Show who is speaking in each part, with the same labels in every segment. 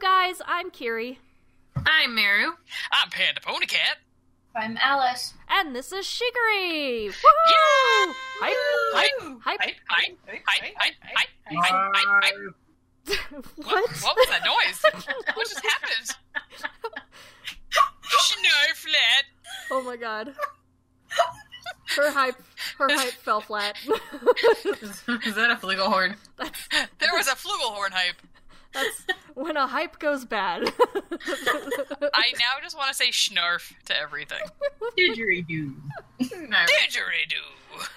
Speaker 1: guys? I'm Kiri.
Speaker 2: I'm Meru.
Speaker 3: I'm Panda Pony Cat.
Speaker 4: I'm Alice.
Speaker 1: And this is Shiggery! Woo!
Speaker 3: Yeah!
Speaker 1: Hype,
Speaker 3: Hype,
Speaker 1: hype,
Speaker 3: hype, hype, hype, hype, hype, hype, hype, hype.
Speaker 1: What?
Speaker 3: What, what was that noise? what just happened? Snowflat.
Speaker 1: Oh my god. Her hype, her hype fell flat.
Speaker 2: Is that a flugelhorn?
Speaker 1: that's,
Speaker 3: There was a flugelhorn hype.
Speaker 1: that's when a hype goes bad.
Speaker 3: I now just want to say schnarf to everything.
Speaker 4: Didgeridoo.
Speaker 2: No.
Speaker 3: Didgeridoo.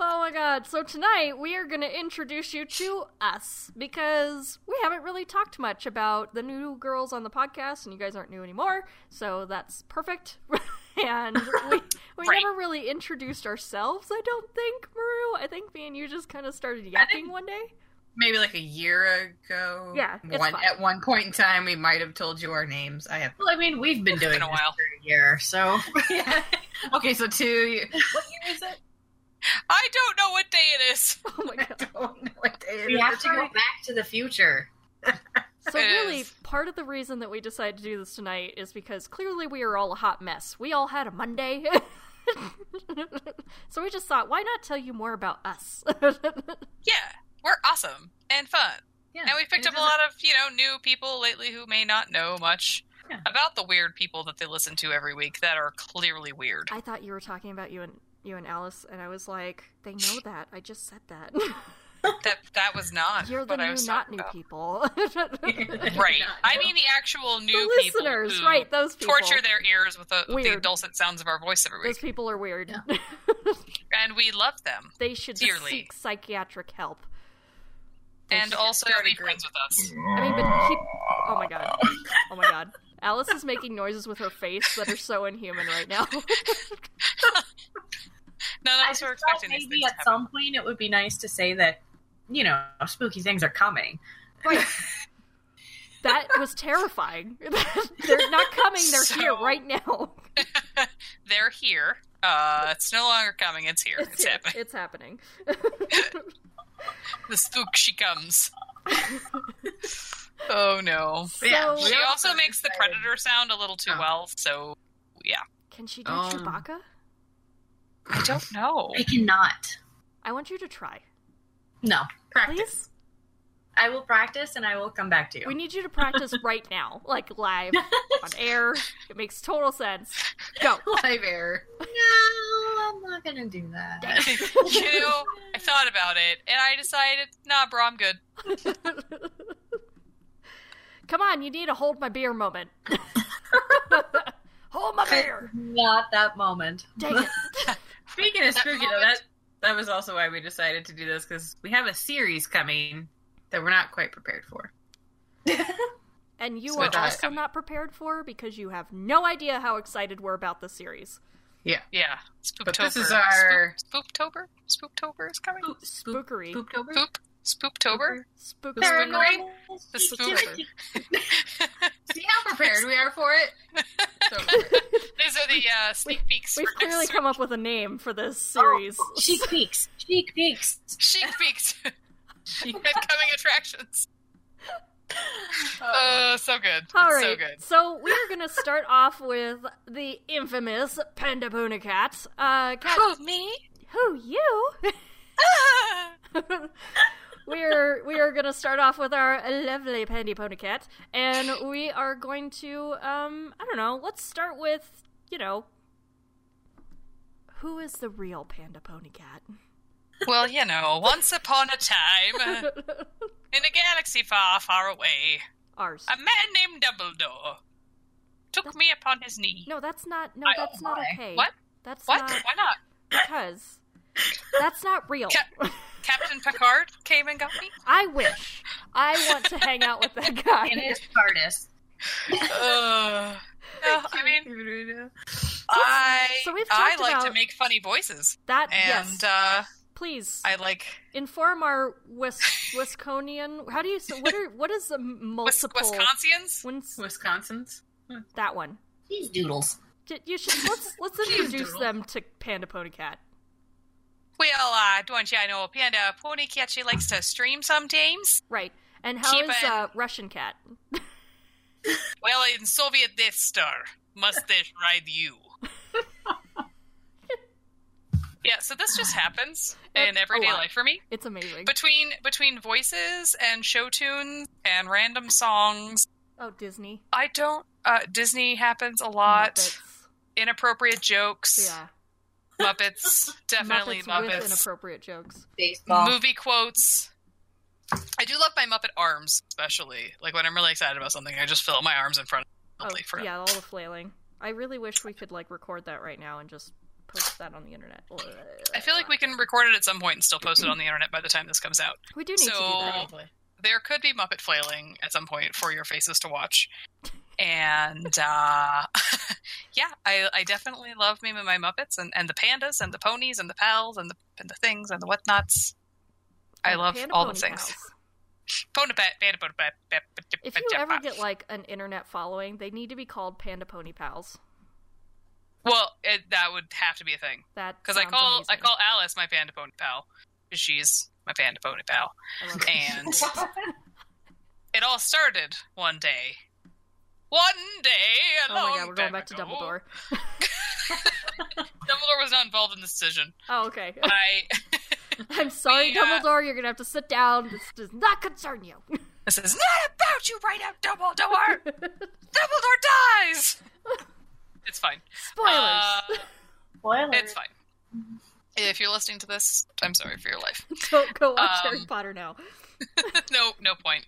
Speaker 1: Oh my god. So tonight we are going to introduce you to us because we haven't really talked much about the new girls on the podcast and you guys aren't new anymore. So that's perfect. and we, we
Speaker 3: Right.
Speaker 1: never really introduced ourselves, I don't think, Maru. I think me and you just kind of started
Speaker 2: I
Speaker 1: yakking
Speaker 2: think-
Speaker 1: one day.
Speaker 2: Maybe like a year ago.
Speaker 1: Yeah, it's
Speaker 2: One,
Speaker 1: fine.
Speaker 2: at one point in time, we might have told you our names. I have.
Speaker 4: Well, I mean, we've been
Speaker 3: It's
Speaker 4: doing
Speaker 3: been a
Speaker 4: this
Speaker 3: while.
Speaker 4: for a year, so
Speaker 2: okay, so two. What year is it?
Speaker 3: I don't know what day it is.
Speaker 1: Oh my
Speaker 2: I
Speaker 1: god.
Speaker 2: don't know what day it
Speaker 4: we
Speaker 2: is.
Speaker 4: have to go
Speaker 2: Sorry.
Speaker 4: back to the future.
Speaker 1: So
Speaker 3: It
Speaker 1: really,
Speaker 3: is.
Speaker 1: part of the reason that we decided to do this tonight is because clearly we are all a hot mess. We all had a Monday. so we just thought, why not tell you more about us?
Speaker 3: Yeah, we're awesome and fun.
Speaker 4: Yeah,
Speaker 3: and we picked
Speaker 4: it
Speaker 3: up a lot of, you know, new people lately who may not know much
Speaker 4: Yeah.
Speaker 3: about the weird people that they listen to every week that are clearly weird.
Speaker 1: I thought you were talking about you and you and Alice, and I was like, they know that. I just said that.
Speaker 3: that that was not
Speaker 1: You're the
Speaker 3: what I
Speaker 1: new,
Speaker 3: was
Speaker 1: not
Speaker 3: talking
Speaker 1: new
Speaker 3: about.
Speaker 1: people. the
Speaker 4: doesn't-
Speaker 3: Right.
Speaker 4: Not
Speaker 3: I
Speaker 4: new.
Speaker 3: mean the actual new people
Speaker 1: listeners,
Speaker 3: who
Speaker 1: right? Those people.
Speaker 3: torture their ears with, the with the
Speaker 1: Weird.
Speaker 3: dulcet sounds of our voice every
Speaker 1: Those
Speaker 3: week,
Speaker 1: people are weird.
Speaker 3: and we love them.
Speaker 1: they should
Speaker 3: Dearly.
Speaker 1: seek psychiatric help.
Speaker 3: And also,
Speaker 2: start a
Speaker 3: be
Speaker 2: group.
Speaker 3: friends with us.
Speaker 1: I mean, but keep. Oh my god. Oh my god. Alice is making noises with her face that are so inhuman right now.
Speaker 3: None of
Speaker 4: I
Speaker 3: us
Speaker 4: just
Speaker 3: were
Speaker 4: thought
Speaker 3: expecting these
Speaker 4: maybe
Speaker 3: things to
Speaker 4: at
Speaker 3: happen.
Speaker 4: some point it would be nice to say that, you know, spooky things are coming.
Speaker 1: that was terrifying. they're not coming. They're here
Speaker 3: So-
Speaker 1: right now.
Speaker 3: They're here. Uh, it's no longer coming. It's here. It's,
Speaker 1: here.
Speaker 3: happening.
Speaker 1: It's happening.
Speaker 3: The spook she comes. oh no!
Speaker 2: Yeah,
Speaker 1: So,
Speaker 3: She
Speaker 2: Yeah.
Speaker 3: also makes the predator sound a little too
Speaker 2: Oh.
Speaker 3: well. So
Speaker 1: can she do
Speaker 2: Um,
Speaker 1: Chewbacca?
Speaker 3: I don't know.
Speaker 4: I cannot.
Speaker 1: I want you to try,
Speaker 4: No.
Speaker 2: Practice.
Speaker 1: please.
Speaker 4: I will practice and I will come back to you.
Speaker 1: We need you to practice right now, like live on air. It makes total sense. Go.
Speaker 2: Live air.
Speaker 4: no, I'm not going to do that.
Speaker 3: you know, I thought about it, and I decided, nah, bro, I'm good.
Speaker 1: Come on, you need a hold my beer moment. hold my beer.
Speaker 4: Not that moment.
Speaker 1: Dang it.
Speaker 2: Speaking of
Speaker 3: That
Speaker 2: spooky, though,
Speaker 3: moment-
Speaker 2: that that was also why we decided to do this because we have a series coming that we're not quite prepared for.
Speaker 1: And you
Speaker 3: So
Speaker 1: are
Speaker 3: it's not
Speaker 1: also
Speaker 3: coming.
Speaker 1: not prepared for because you have no idea how excited we're about this series.
Speaker 3: Yeah, Spooktober.
Speaker 2: But this is our-
Speaker 3: Spook- Spooktober. Spooktober is coming.
Speaker 1: Spookery.
Speaker 2: Spooktober.
Speaker 3: Spook Spooktober.
Speaker 1: Spookery.
Speaker 2: Paranormal.
Speaker 3: The Spooktober.
Speaker 2: See how prepared we are for it. So,
Speaker 3: These are the uh, sneak peeks.
Speaker 1: We've
Speaker 3: for
Speaker 1: clearly
Speaker 3: next
Speaker 1: come up with a name for this
Speaker 3: Oh,
Speaker 1: series.
Speaker 4: She peeks. She peeks.
Speaker 3: week. Sneak peeks. and coming attractions.
Speaker 4: Oh.
Speaker 3: Uh, so good.
Speaker 1: All
Speaker 3: It's
Speaker 1: right.
Speaker 3: So good.
Speaker 1: we are going to start off with the infamous Panda Puna Cat. Uh, cat,
Speaker 3: Oh, me?
Speaker 1: who you?
Speaker 3: Ah!
Speaker 1: We're we are gonna start off with our lovely Pandy Pony Cat, and we are going to um I don't know. Let's start with you know who is the real Panda Pony Cat?
Speaker 3: Well, you know, once upon a time, uh, in a galaxy far, far away,
Speaker 1: Ours.
Speaker 3: a man named Dumbledore took me upon his knee.
Speaker 1: No, that's not. No,
Speaker 3: I-
Speaker 1: that's not
Speaker 4: why?
Speaker 1: okay.
Speaker 3: What?
Speaker 1: That's
Speaker 3: What?
Speaker 1: not
Speaker 3: Why not?
Speaker 1: because that's not real.
Speaker 3: Ca- Captain Picard came and got me?
Speaker 1: I wish. I want to hang out with that guy.
Speaker 4: In his TARDIS.
Speaker 3: Uh, no, I mean, I,
Speaker 1: So we've
Speaker 3: I
Speaker 1: talked
Speaker 3: like to
Speaker 1: about-
Speaker 3: make funny voices.
Speaker 1: That
Speaker 3: And
Speaker 1: yes.
Speaker 3: uh,
Speaker 1: please
Speaker 3: I like
Speaker 1: inform our Wis- Wisconian. How do you? say What are? What is the
Speaker 3: Wis-
Speaker 1: multiple?
Speaker 3: Wisconsin's.
Speaker 1: When's
Speaker 2: Wisconsin's.
Speaker 1: that one?
Speaker 4: He's doodles.
Speaker 1: J- You should let's let's
Speaker 2: Jeez,
Speaker 1: introduce
Speaker 2: Doodle.
Speaker 1: them to Panda Pony Cat.
Speaker 3: Well, uh, don't you know, Panda Pony Cat, she likes to stream sometimes.
Speaker 1: Right. And how is
Speaker 3: Keep it.
Speaker 1: uh, Russian Cat?
Speaker 3: Well, in Soviet Death Star, mustache ride you. yeah, so this just happens in
Speaker 1: That's a
Speaker 3: everyday
Speaker 1: lot.
Speaker 3: life for me.
Speaker 1: It's amazing.
Speaker 3: Between between voices and show tunes and random songs,
Speaker 1: oh, Disney.
Speaker 3: I don't. Uh, Disney happens a lot.
Speaker 1: Muppets.
Speaker 3: Inappropriate jokes.
Speaker 1: Yeah.
Speaker 3: Muppets, definitely
Speaker 1: Muppets with
Speaker 3: Muppets.
Speaker 1: inappropriate jokes.
Speaker 5: Baseball.
Speaker 3: movie quotes. I do love my Muppet arms, especially. Like when I'm really excited about something, I just fill out my arms in front of
Speaker 1: Oh,
Speaker 3: me for
Speaker 1: yeah, all the flailing. I really wish we could like record that right now and just post that on the internet.
Speaker 3: I feel like we can record it at some point and still post it on the internet by the time this comes out.
Speaker 1: we do need to do that.
Speaker 3: So there could be Muppet flailing at some point for your faces to watch. And uh, yeah, I, I definitely love me and my Muppets and, and the pandas and the ponies and the pals and the and the things and the whatnots. I
Speaker 1: And
Speaker 3: love
Speaker 1: Panda
Speaker 3: all the
Speaker 1: Pony
Speaker 3: things.
Speaker 1: Pals.
Speaker 3: Panda pa- panda panda pa- pa- pa-
Speaker 1: If
Speaker 3: pa-
Speaker 1: you ever
Speaker 3: pa-
Speaker 1: get like an internet following, they need to be called Panda Pony Pals.
Speaker 3: Well, it, that would have to be a thing.
Speaker 1: That
Speaker 3: because I
Speaker 1: sounds
Speaker 3: call
Speaker 1: amazing.
Speaker 3: I call Alice my panda pony pal 'cause she's my panda pony pal,
Speaker 1: I love it. Oh
Speaker 3: and it all started one day. One day, a
Speaker 1: oh
Speaker 3: long
Speaker 1: my god, we're going
Speaker 3: time
Speaker 1: back to
Speaker 3: ago.
Speaker 1: Dumbledore.
Speaker 3: Dumbledore was not involved in this decision.
Speaker 1: Oh okay.
Speaker 3: I
Speaker 1: I'm sorry,
Speaker 3: we, uh,
Speaker 1: Dumbledore. You're gonna have to sit down. This does not concern you.
Speaker 3: this is not about you, right now, Dumbledore. Dumbledore dies. It's fine.
Speaker 1: Spoilers.
Speaker 3: Uh,
Speaker 4: Spoiler.
Speaker 3: it's fine. If you're listening to this, I'm sorry for your life.
Speaker 1: Don't go watch
Speaker 3: um,
Speaker 1: Harry Potter now.
Speaker 3: no, no point.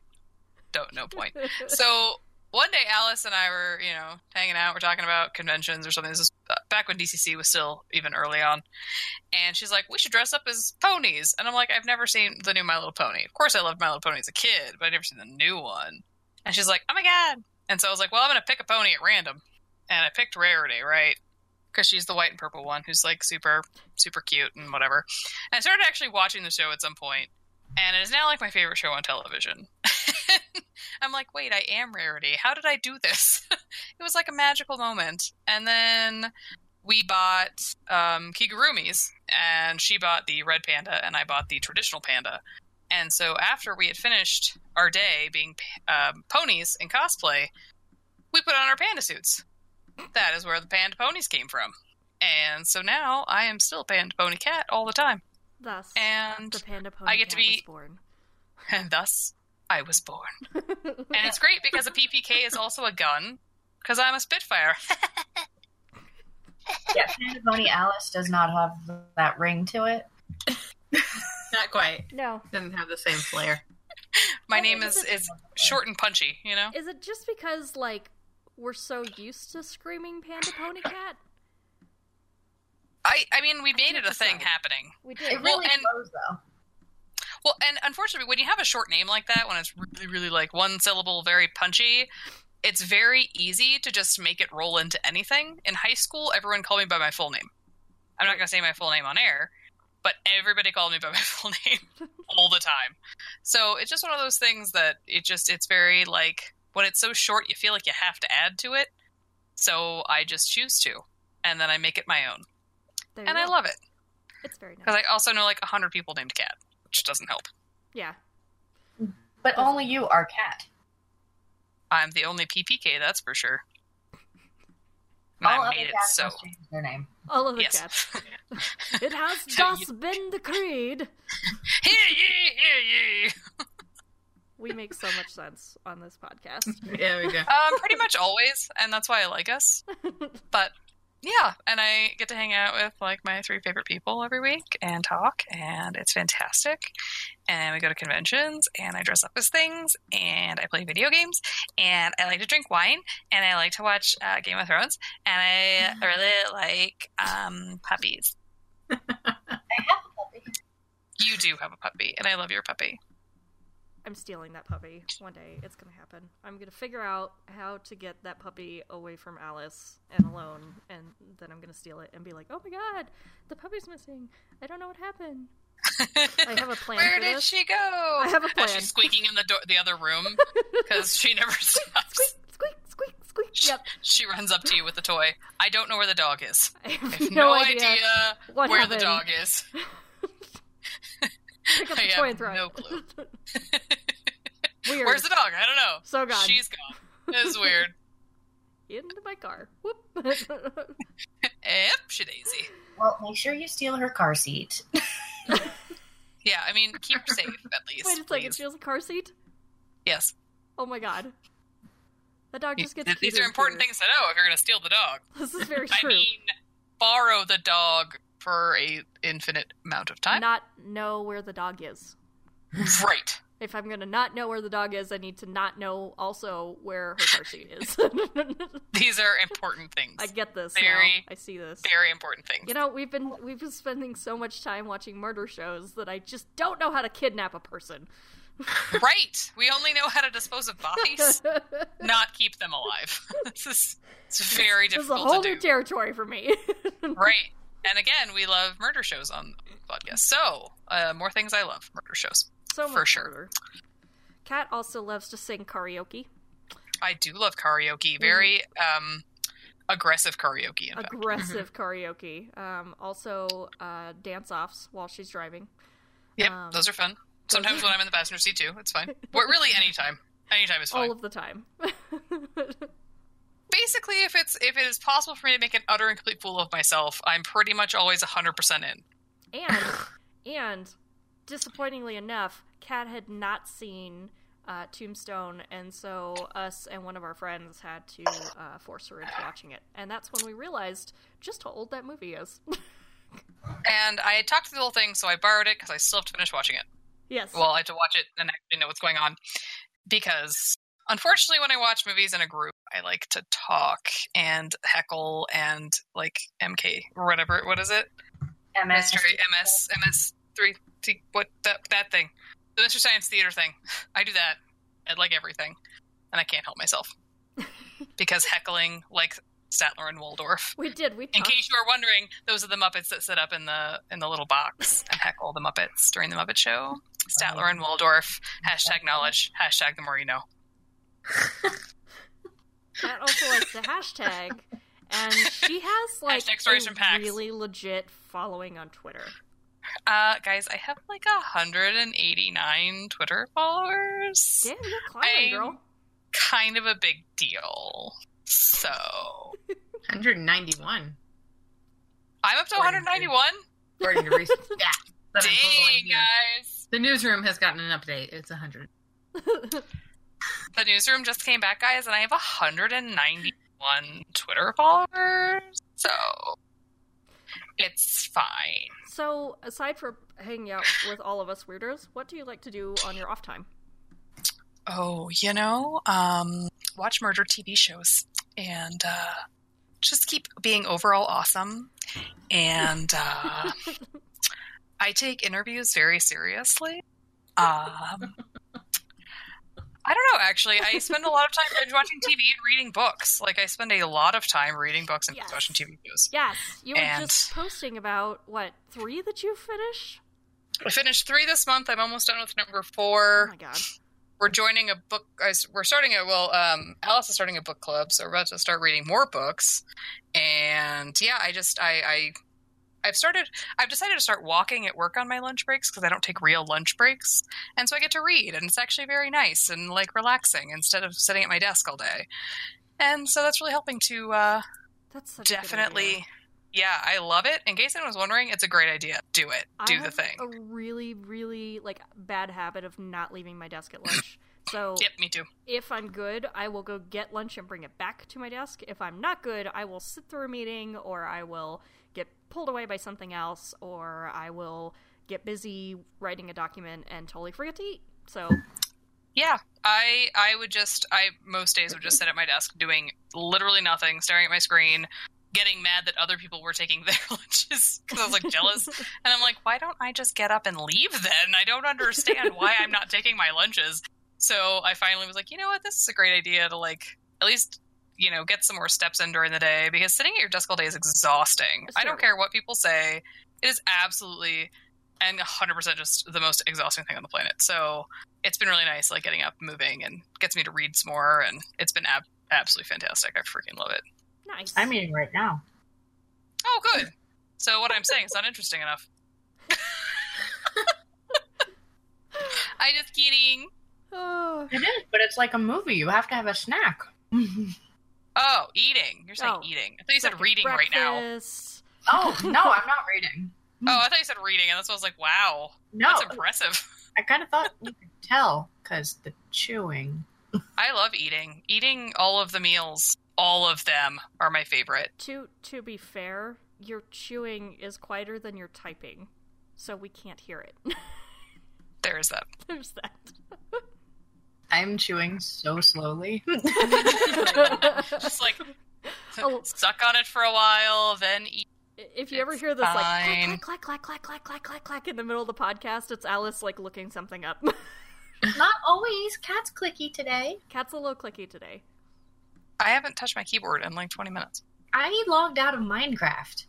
Speaker 3: Don't, no point. So one day, Alice and I were, you know, hanging out. We're talking about conventions or something. This is uh, back when DCC was still even early on. And she's like, "We should dress up as ponies." And I'm like, "I've never seen the new My Little Pony. Of course, I loved My Little Pony as a kid, but I never seen the new one." And she's like, "Oh my god!" And so I was like, "Well, I'm gonna pick a pony at random." And I picked Rarity, right? Because she's the white and purple one, who's like super, super cute and whatever. And I started actually watching the show at some point, and it is now like my favorite show on television. I'm like, wait, I am Rarity. How did I do this? it was like a magical moment. And then we bought um, Kigurumis, and she bought the red panda, and I bought the traditional panda. And so after we had finished our day being um, ponies in cosplay, we put on our panda suits. That is where the panda ponies came from. And so now I am still panda pony cat all the time.
Speaker 1: Thus,
Speaker 3: And
Speaker 1: the panda pony
Speaker 3: I get to
Speaker 1: cat was
Speaker 3: be-
Speaker 1: born.
Speaker 3: and thus I was born. and it's great because a PPK is also a gun because I'm a Spitfire.
Speaker 5: yeah, Panda Pony Alice does not have that ring to it.
Speaker 2: Not quite.
Speaker 1: No,
Speaker 2: Doesn't have the same flair.
Speaker 3: My name is is short and punchy, you know.
Speaker 1: is it just because like we're so used to screaming panda pony cat?
Speaker 3: I I mean we made it a thing
Speaker 1: Sorry.
Speaker 3: happening.
Speaker 1: We
Speaker 5: It
Speaker 1: did.
Speaker 5: really
Speaker 3: Well, and-
Speaker 5: flows though.
Speaker 3: Well, and unfortunately when you have a short name like that, when it's really really like one syllable, very punchy, it's very easy to just make it roll into anything. In high school, everyone called me by my full name. I'm not going to say my full name on air, but everybody called me by my full name all the time. So it's just one of those things that it just it's very like when it's so short, you feel like you have to add to it. So I just choose to, and then I make it my own,
Speaker 1: There you
Speaker 3: and I
Speaker 1: go.
Speaker 3: love it
Speaker 1: It's very
Speaker 3: because
Speaker 1: nice.
Speaker 3: I also know like hundred people named Cat, which doesn't help.
Speaker 1: Yeah,
Speaker 5: But only you are cat.
Speaker 3: I'm the only PPK, that's for sure. And
Speaker 5: All
Speaker 3: I
Speaker 5: other
Speaker 3: made it
Speaker 5: cats
Speaker 3: so.
Speaker 5: must change their name.
Speaker 1: all of the
Speaker 3: Yes.
Speaker 1: cats. It has
Speaker 3: So you-
Speaker 1: thus been decreed.
Speaker 3: Hear ye, hear ye.
Speaker 1: We make so much sense on this podcast.
Speaker 2: There we go.
Speaker 3: Um, pretty much always, and that's why I like us. But yeah, and I get to hang out with like my three favorite people every week and talk, and it's fantastic. And we go to conventions, and I dress up as things, and I play video games, and I like to drink wine, and I like to watch uh, Game of Thrones, and I really like um, puppies.
Speaker 5: I have a puppy.
Speaker 3: You do have a puppy, and I love your puppy.
Speaker 1: I'm stealing that puppy. One day it's going to happen. I'm going to figure out how to get that puppy away from Alice and alone, and then I'm going to steal it and be like, oh my god, the puppy's missing. I don't know what happened. I have a plan.
Speaker 3: Where
Speaker 1: for
Speaker 3: did
Speaker 1: this.
Speaker 3: she go?
Speaker 1: I have a
Speaker 3: As
Speaker 1: plan.
Speaker 3: she's squeaking in the door, the other room because she never
Speaker 1: Squeak,
Speaker 3: stops.
Speaker 1: squeak, squeak, squeak. Yep.
Speaker 3: She runs up to you with the toy. I don't know where the dog is.
Speaker 1: I have
Speaker 3: No, idea,
Speaker 1: what
Speaker 3: where
Speaker 1: happened.
Speaker 3: the dog is.
Speaker 1: Pick up
Speaker 3: I
Speaker 1: the
Speaker 3: have
Speaker 1: toy and throw
Speaker 3: no
Speaker 1: it.
Speaker 3: clue.
Speaker 1: Weird.
Speaker 3: Where's the dog? I don't know.
Speaker 1: so Oh, god.
Speaker 3: She's gone. It's weird.
Speaker 1: into my car. Whoop.
Speaker 3: Yep, shadaisy.
Speaker 5: Well, make sure you steal her car seat.
Speaker 3: Yeah, I mean, keep her safe at least.
Speaker 1: Wait a second,
Speaker 3: please.
Speaker 1: she has a car seat?
Speaker 3: Yes,
Speaker 1: Oh my god. That dog just gets
Speaker 3: these
Speaker 1: cuter
Speaker 3: are
Speaker 1: and
Speaker 3: important
Speaker 1: cuter.
Speaker 3: things to know if you're going to steal the dog.
Speaker 1: This is very
Speaker 3: I
Speaker 1: true.
Speaker 3: mean, borrow the dog for a infinite amount of time.
Speaker 1: Not know where the dog is.
Speaker 3: right.
Speaker 1: If I'm gonna not know where the dog is, I need to not know also where her car seat is. I
Speaker 3: These are important things.
Speaker 1: get this.
Speaker 3: Very,
Speaker 1: now. I see this.
Speaker 3: Very important things.
Speaker 1: You know, we've been we've been spending so much time watching murder shows that I just don't know how to kidnap a person.
Speaker 3: right. We only know how to dispose of bodies,
Speaker 1: this
Speaker 3: not keep them alive. this is it's very
Speaker 1: is a
Speaker 3: difficult
Speaker 1: whole
Speaker 3: to
Speaker 1: new
Speaker 3: do.
Speaker 1: territory for me.
Speaker 3: right. And again, we love murder shows on the podcast. So, uh, more things I love murder shows.
Speaker 1: so much
Speaker 3: For sure.
Speaker 1: harder. Kat also loves to sing karaoke.
Speaker 3: I do love
Speaker 1: Mm.
Speaker 3: karaoke. Very um, aggressive karaoke, in fact. Mm-hmm.
Speaker 1: aggressive karaoke. Um, also, uh, dance offs while she's driving.
Speaker 3: Yep,
Speaker 1: Um,
Speaker 3: those are fun. Sometimes when I'm in the passenger seat too, it's fine. Well, really, anytime, anytime is fine.
Speaker 1: All of the time.
Speaker 3: Basically, if it's if it is possible for me to make an utter and complete fool of myself, I'm pretty much always 100 percent in.
Speaker 1: and, and disappointingly enough, Kat had not seen uh, Tombstone, and so us and one of our friends had to uh, force her into watching it. And that's when we realized just how old that movie is.
Speaker 3: And I had talked through the whole thing, so I borrowed it because I still have to finish watching it.
Speaker 1: yes.
Speaker 3: Well, I have to watch it and actually know what's going on because unfortunately, when I watch movies in a group, I like to talk and heckle and like MK or whatever. What is it?
Speaker 5: MS.
Speaker 3: Mystery MS MS three t- what that that thing. The Mr. Science Theater thing. I do that. I like everything. And I can't help myself. because heckling like Statler and Waldorf.
Speaker 1: we did. We
Speaker 3: In
Speaker 1: talked.
Speaker 3: case you are wondering, those are the Muppets that sit up in the in the little box and heckle the Muppets during the Muppet Show. Statler and Waldorf. Hashtag knowledge. Hashtag the more you know.
Speaker 1: Kat also likes the hashtag, and she has like
Speaker 3: Hashtag stories
Speaker 1: a
Speaker 3: from PAX.
Speaker 1: really legit following on Twitter.
Speaker 3: Uh, guys, I have like hundred and eighty nine Twitter followers.
Speaker 1: Damn, you're climbing,
Speaker 3: I'm-
Speaker 1: girl.
Speaker 3: Kind of a big deal. So
Speaker 2: 191,
Speaker 3: I'm up to
Speaker 2: According
Speaker 3: 191.
Speaker 2: according to recent stats. that I'm following
Speaker 3: Dang,
Speaker 2: here.
Speaker 3: guys!
Speaker 2: The newsroom has gotten an update. It's 100.
Speaker 3: The newsroom just came back, guys, and I have 191 Twitter followers, so it's fine.
Speaker 1: So, aside from hanging out with all of us weirdos, what do you like to do on your off time?
Speaker 3: Oh, you know, um, watch murder TV shows and uh, just keep being overall awesome. And uh, I take interviews very seriously. Um, I don't know, actually. I spend a lot of time binge watching TV and reading books. Like, I spend a lot of time reading books and
Speaker 1: Yes.
Speaker 3: watching TV shows.
Speaker 1: Yes, you were
Speaker 3: And-
Speaker 1: just posting about what three that you finish.
Speaker 3: I finished three this month. I'm almost done with number
Speaker 1: Oh
Speaker 3: four.
Speaker 1: my god!
Speaker 3: We're joining a book. I s- We're starting a well. Um, Alice is starting a book club, so we're about to start reading more books. And yeah, I just I, I I've started. I've decided to start walking at work on my lunch breaks because I don't take real lunch breaks, and so I get to read, and it's actually very nice and like relaxing instead of sitting at my desk all day. And so that's really helping to uh,
Speaker 1: That's such a good idea.
Speaker 3: definitely. Yeah, I love it. In case anyone was wondering, it's a great idea. Do it.
Speaker 1: I
Speaker 3: Do the
Speaker 1: have
Speaker 3: thing.
Speaker 1: A really, really like bad habit of not leaving my desk at lunch. So
Speaker 3: Yep, me too.
Speaker 1: if I'm good, I will go get lunch and bring it back to my desk. If I'm not good, I will sit through a meeting or I will get pulled away by something else or I will get busy writing a document and totally forget to eat. So
Speaker 3: Yeah, I I would just I most days would just sit at my desk doing literally nothing, staring at my screen, getting mad that other people were taking their lunches because I was like jealous, and I'm like, why don't I just get up and leave then? I don't understand why I'm not taking my lunches. So I finally was like, you know what, this is a great idea to like at least you know get some more steps in during the day because sitting at your desk all day is exhausting. I
Speaker 1: Sure.
Speaker 3: don't care what people say, it is absolutely and 100% just the most exhausting thing on the planet. So it's been really nice, like getting up, moving, and gets me to read some more. And it's been ab- absolutely fantastic. I freaking love it.
Speaker 1: nice.
Speaker 4: I'm eating right now.
Speaker 3: Oh, good. So what I'm saying is not interesting enough. I just kidding.
Speaker 1: Oh,
Speaker 4: It is, but it's like a movie. You have to have a snack.
Speaker 3: Oh, eating. You're saying
Speaker 1: Oh.
Speaker 3: eating. I thought you said
Speaker 1: Like
Speaker 3: reading right now.
Speaker 1: breakfast.
Speaker 5: Oh no, I'm not reading.
Speaker 3: Oh, I thought you said reading, and that's why I was like, wow,
Speaker 4: No,
Speaker 1: Oh.
Speaker 3: that's impressive.
Speaker 4: I kind of thought
Speaker 5: You can tell because the chewing.
Speaker 3: I love eating. Eating all of the meals, all of them are my favorite.
Speaker 1: To to be fair, your chewing is quieter than your typing, so we can't hear it.
Speaker 3: There is that.
Speaker 1: There's
Speaker 5: I'm chewing so slowly.
Speaker 1: that.
Speaker 3: Just like
Speaker 1: Oh.
Speaker 3: suck on it for a while, then eat.
Speaker 1: if you ever
Speaker 3: It's
Speaker 1: hear this
Speaker 3: fine.
Speaker 1: like clack clack clack clack clack clack clack clack in the middle of the podcast, it's Alice like looking something up.
Speaker 5: not always. Cat's clicky today.
Speaker 1: Cat's a little clicky today.
Speaker 3: I haven't touched my keyboard in like 20 minutes.
Speaker 5: I logged out of Minecraft.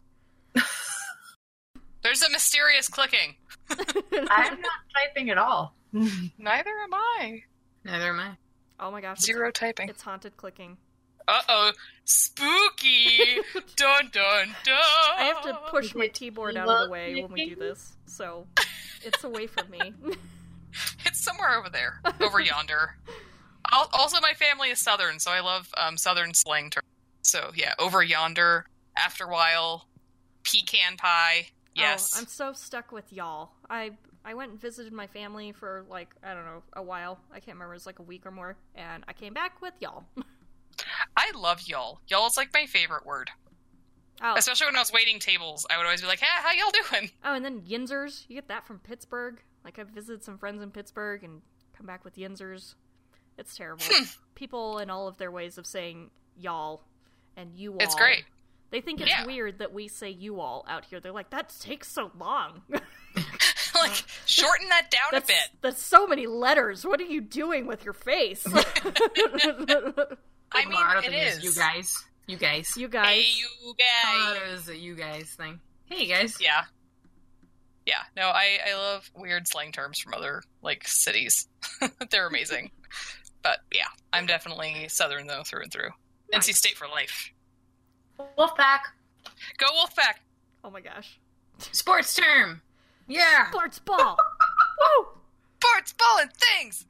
Speaker 3: There's a mysterious clicking.
Speaker 5: I'm not typing at all.
Speaker 3: Neither am I.
Speaker 2: Neither am I.
Speaker 1: oh my gosh, it's-
Speaker 3: Zero typing.
Speaker 1: It's haunted clicking.
Speaker 3: Uh oh. Spooky. dun dun dun.
Speaker 1: I have to
Speaker 3: Oh.
Speaker 1: push my
Speaker 5: Is it
Speaker 1: keyboard out of the
Speaker 5: love
Speaker 1: way when we do
Speaker 5: making?
Speaker 1: this, so it's away from me. Oh,
Speaker 3: It's somewhere over there, over yonder. Al also, my family is southern, so I love um, southern slang terms. So yeah, over yonder. After a while, pecan pie.
Speaker 1: Oh,
Speaker 3: Yes,
Speaker 1: I'm so stuck with y'all. I I went and visited my family for like I don't know a while. I can't remember. It was like a week or more, and I came back with y'all.
Speaker 3: I love y'all. Y'all is like my favorite word,
Speaker 1: Oh,
Speaker 3: especially when I was waiting tables. I would always be like, "Hey, how y'all doing?"
Speaker 1: oh, and then Yinzers. You get that from Pittsburgh. Like I visited some friends in Pittsburgh and come back with Yinzers. It's terrible.
Speaker 3: Hmm.
Speaker 1: People and all of their ways of saying y'all and you all.
Speaker 3: It's great.
Speaker 1: They think it's
Speaker 3: Yeah.
Speaker 1: weird that we say you all out here. They're like, that takes so long.
Speaker 3: like, shorten that down a
Speaker 1: that's,
Speaker 3: bit.
Speaker 1: that's so many letters. What are you doing with your face?
Speaker 3: I
Speaker 2: Well, I don't
Speaker 3: mean,
Speaker 2: think
Speaker 3: it is.
Speaker 2: You guys. You guys.
Speaker 1: you guys.
Speaker 3: Hey, you guys.
Speaker 2: Oh, it was a you guys thing. Hey, you guys.
Speaker 3: Yeah. Yeah. No, I, I love weird slang terms from other like cities. They're amazing. but yeah, I'm definitely southern though through and through. NC State for life.
Speaker 5: Wolfpack.
Speaker 3: Go Wolfpack.
Speaker 1: Oh my gosh.
Speaker 2: Sports term. Yeah.
Speaker 1: Bart's ball. Woo!
Speaker 3: Parts, ball, and things.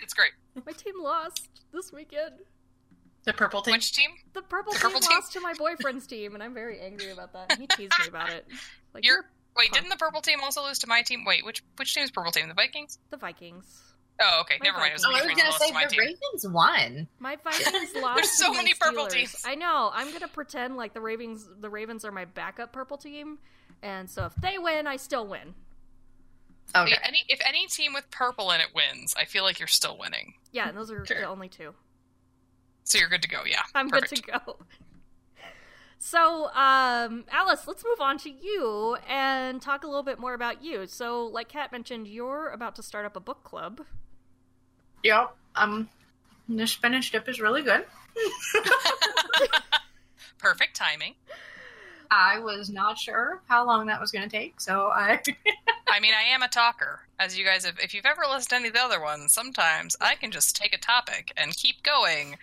Speaker 3: It's great.
Speaker 1: My team lost this weekend.
Speaker 4: the purple thing.
Speaker 3: Which team?
Speaker 1: The purple,
Speaker 3: The purple
Speaker 1: team,
Speaker 3: team?
Speaker 1: lost to my boyfriend's team, and I'm very angry about that. And he teased me about it. Like
Speaker 3: You're wait.
Speaker 1: Huh.
Speaker 3: Didn't the purple team also lose to my team? Wait, which which team's purple team? The Vikings.
Speaker 1: the Vikings.
Speaker 3: Oh, okay.
Speaker 1: My
Speaker 3: Never mind. It was the
Speaker 5: Oh, I was
Speaker 3: Vikings
Speaker 5: gonna
Speaker 3: lost
Speaker 5: say
Speaker 3: to my
Speaker 5: the
Speaker 3: team.
Speaker 5: Ravens won.
Speaker 1: My Vikings lost.
Speaker 3: There's so
Speaker 1: to my
Speaker 3: many purple
Speaker 1: Steelers.
Speaker 3: teams.
Speaker 1: I know. I'm gonna pretend like the Ravens. The Ravens are my backup purple team, and so if they win, I still win.
Speaker 5: Okay.
Speaker 3: Yeah, any if any team with purple in it wins, I feel like you're still winning.
Speaker 1: Yeah, and those are
Speaker 3: Sure.
Speaker 1: the only two.
Speaker 3: So you're good to go. Yeah.
Speaker 1: I'm
Speaker 3: Perfect.
Speaker 1: good to go. So, um, Alice, let's move on to you and talk a little bit more about you. So, like Kat mentioned, you're about to start up a book club.
Speaker 4: Yep. Um, the spinach dip is really good.
Speaker 3: Perfect timing.
Speaker 4: I was not sure how long that was going to take, so I
Speaker 3: I mean, I am a talker, as you guys have. If you've ever listened to any of the other ones, sometimes I can just take a topic and keep going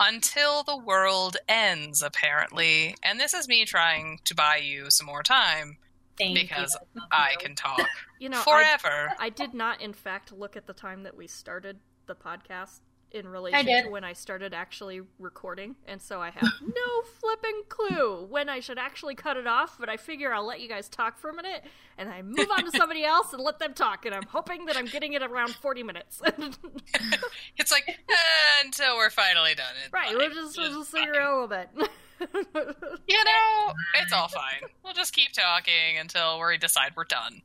Speaker 3: until the world ends, apparently. And this is me trying to buy you some more time
Speaker 4: Thank
Speaker 3: because I can talk
Speaker 1: You know, I,
Speaker 3: forever.
Speaker 1: I did not, in fact, look at the time that we started the podcast in relation
Speaker 5: did.
Speaker 1: to when I started actually recording, and so I have no flipping clue when I should actually cut it off. But I figure I'll let you guys talk for a minute, and I move on to somebody else and let them talk. And I'm hoping that I'm getting it around 40 minutes.
Speaker 3: It's like "Uh, until we're finally done. It's
Speaker 1: Right,
Speaker 3: fine.
Speaker 1: we'll just, we'll
Speaker 3: It's
Speaker 1: just
Speaker 3: fine.
Speaker 1: figure out a little bit.
Speaker 3: You know, it's all fine. We'll just keep talking until we decide we're done.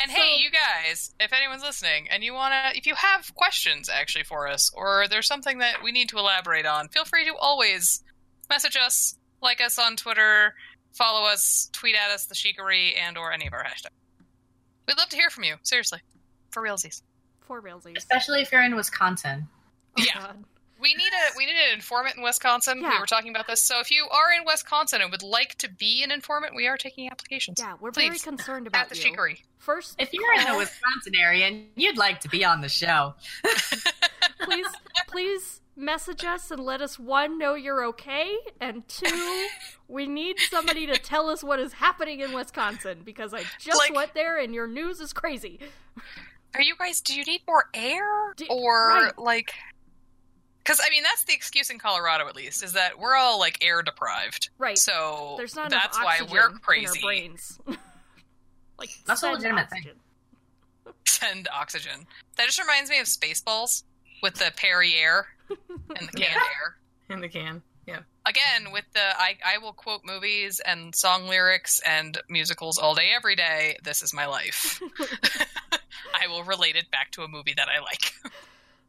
Speaker 3: And hey,
Speaker 1: So-
Speaker 3: you guys, if anyone's listening and you want to, if you have questions actually for us or there's something that we need to elaborate on, feel free to always message us, like us on Twitter, follow us, tweet at us, the Chicory, and or any of our hashtags. We'd love to hear from you, seriously, for realsies.
Speaker 1: Four realsies.
Speaker 5: Especially if you're in Wisconsin.
Speaker 1: Oh,
Speaker 3: Yeah.
Speaker 1: God.
Speaker 3: We need a we need an informant in Wisconsin. We
Speaker 1: Yeah.
Speaker 3: were talking about this. So if you are in Wisconsin and would like to be an informant, we are taking applications.
Speaker 1: Yeah, we're very
Speaker 3: Please,
Speaker 1: concerned about
Speaker 3: At the
Speaker 1: you.
Speaker 3: Chicory.
Speaker 1: First,
Speaker 5: If you're in the Wisconsin area and you'd like to be on the show,
Speaker 1: please, please message us and let us one know you're okay, and two, we need somebody to tell us what is happening in Wisconsin because I just
Speaker 3: Like-
Speaker 1: went there and your news is crazy.
Speaker 3: Are you guys? Do you need more air
Speaker 1: Do-
Speaker 3: or
Speaker 1: right.
Speaker 3: like? Because I mean, that's the excuse in Colorado, at least, is that we're all like air deprived.
Speaker 1: Right.
Speaker 3: So
Speaker 1: There's not enough
Speaker 3: that's why
Speaker 1: oxygen
Speaker 3: we're
Speaker 1: In
Speaker 3: crazy.
Speaker 1: our brains. like
Speaker 5: That's a
Speaker 1: send
Speaker 5: legitimate thing.
Speaker 1: oxygen.
Speaker 3: Send oxygen. That just reminds me of Spaceballs with the Perrier and the canned
Speaker 2: Yeah.
Speaker 3: air.
Speaker 2: in the can. Yeah.
Speaker 3: Again, with the I, I will quote movies and song lyrics and musicals all day, every day. This is my life. I will relate it back to a movie that I like.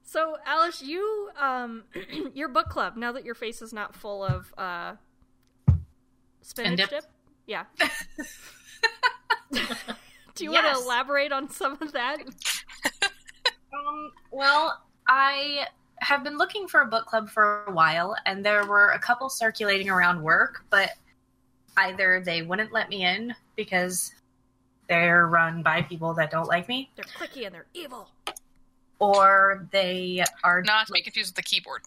Speaker 1: So, Alice, you, um, your book club. Now that your face is not full of uh, spinach
Speaker 4: dip.
Speaker 1: dip, yeah. Do you want
Speaker 4: Yes.
Speaker 1: to elaborate on some of that?
Speaker 4: Um, well, I have been looking for a book club for a while, and there were a couple circulating around work, but either they wouldn't let me in because they're run by people that don't like me,
Speaker 1: They're clicky and they're evil.
Speaker 4: or they are
Speaker 3: Not to be confused with the keyboard.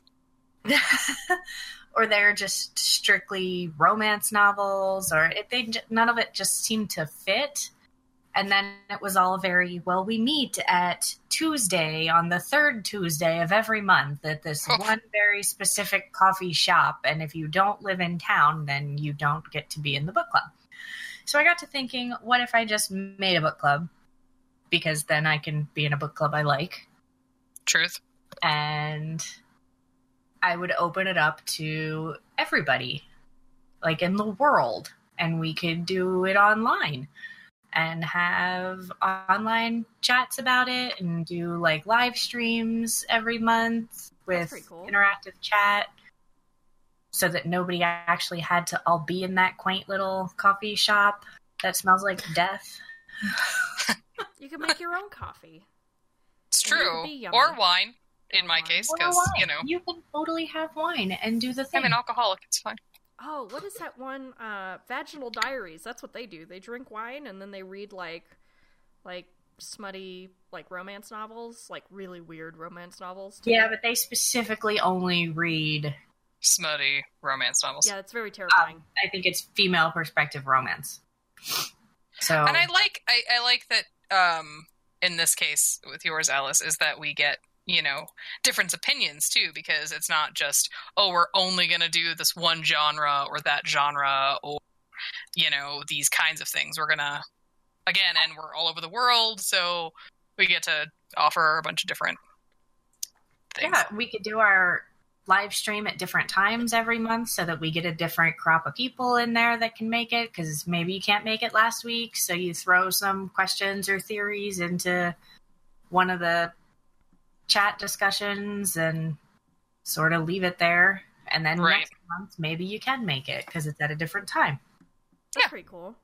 Speaker 4: or they're just strictly romance novels, or it, they j- none of it just seemed to fit. And then it was all very well. We meet at Tuesday on the third Tuesday of every month at this
Speaker 3: Oh.
Speaker 4: one very specific coffee shop, and if you don't live in town, then you don't get to be in the book club. So I got to thinking, what if I just made a book club? Because then I can be in a book club I like
Speaker 3: Truth.
Speaker 4: and I would open it up to everybody, like in the world, and we could do it online and have online chats about it and do like live streams every month with
Speaker 1: pretty cool.
Speaker 4: interactive chat so that nobody actually had to all be in that quaint little coffee shop that smells like death.
Speaker 1: You can make your own coffee.
Speaker 3: It's
Speaker 1: And it
Speaker 3: true.
Speaker 1: would be yummy.
Speaker 3: Or wine, in
Speaker 1: Or
Speaker 3: my
Speaker 1: wine.
Speaker 3: case,
Speaker 4: Or
Speaker 3: because,
Speaker 4: wine.
Speaker 3: you know,
Speaker 4: you can totally have wine and do the thing.
Speaker 3: I'm an alcoholic. It's fine.
Speaker 1: Oh, what is that one? Uh, Vaginal Diaries. That's what they do. They drink wine and then they read like, like smutty like romance novels, like really weird romance novels. too.
Speaker 4: Yeah, but they specifically only read.
Speaker 3: Smutty romance novels.
Speaker 1: yeah, it's very terrifying.
Speaker 4: I think it's female perspective romance. So
Speaker 3: And I like I, I like that um in this case with yours, Alice, is that we get, you know, different opinions too, because it's not just, oh, we're only gonna do this one genre or that genre or you know, these kinds of things. We're gonna again and we're all over the world, so we get to offer a bunch of different things.
Speaker 4: yeah, we could do our live stream at different times every month so that we get a different crop of people in there that can make it because maybe you can't make it last week. So you throw some questions or theories into one of the chat discussions and sort of leave it there. And then
Speaker 3: Right.
Speaker 4: next month, maybe you can make it because it's at a different time.
Speaker 1: That's
Speaker 3: Yeah.
Speaker 1: pretty cool.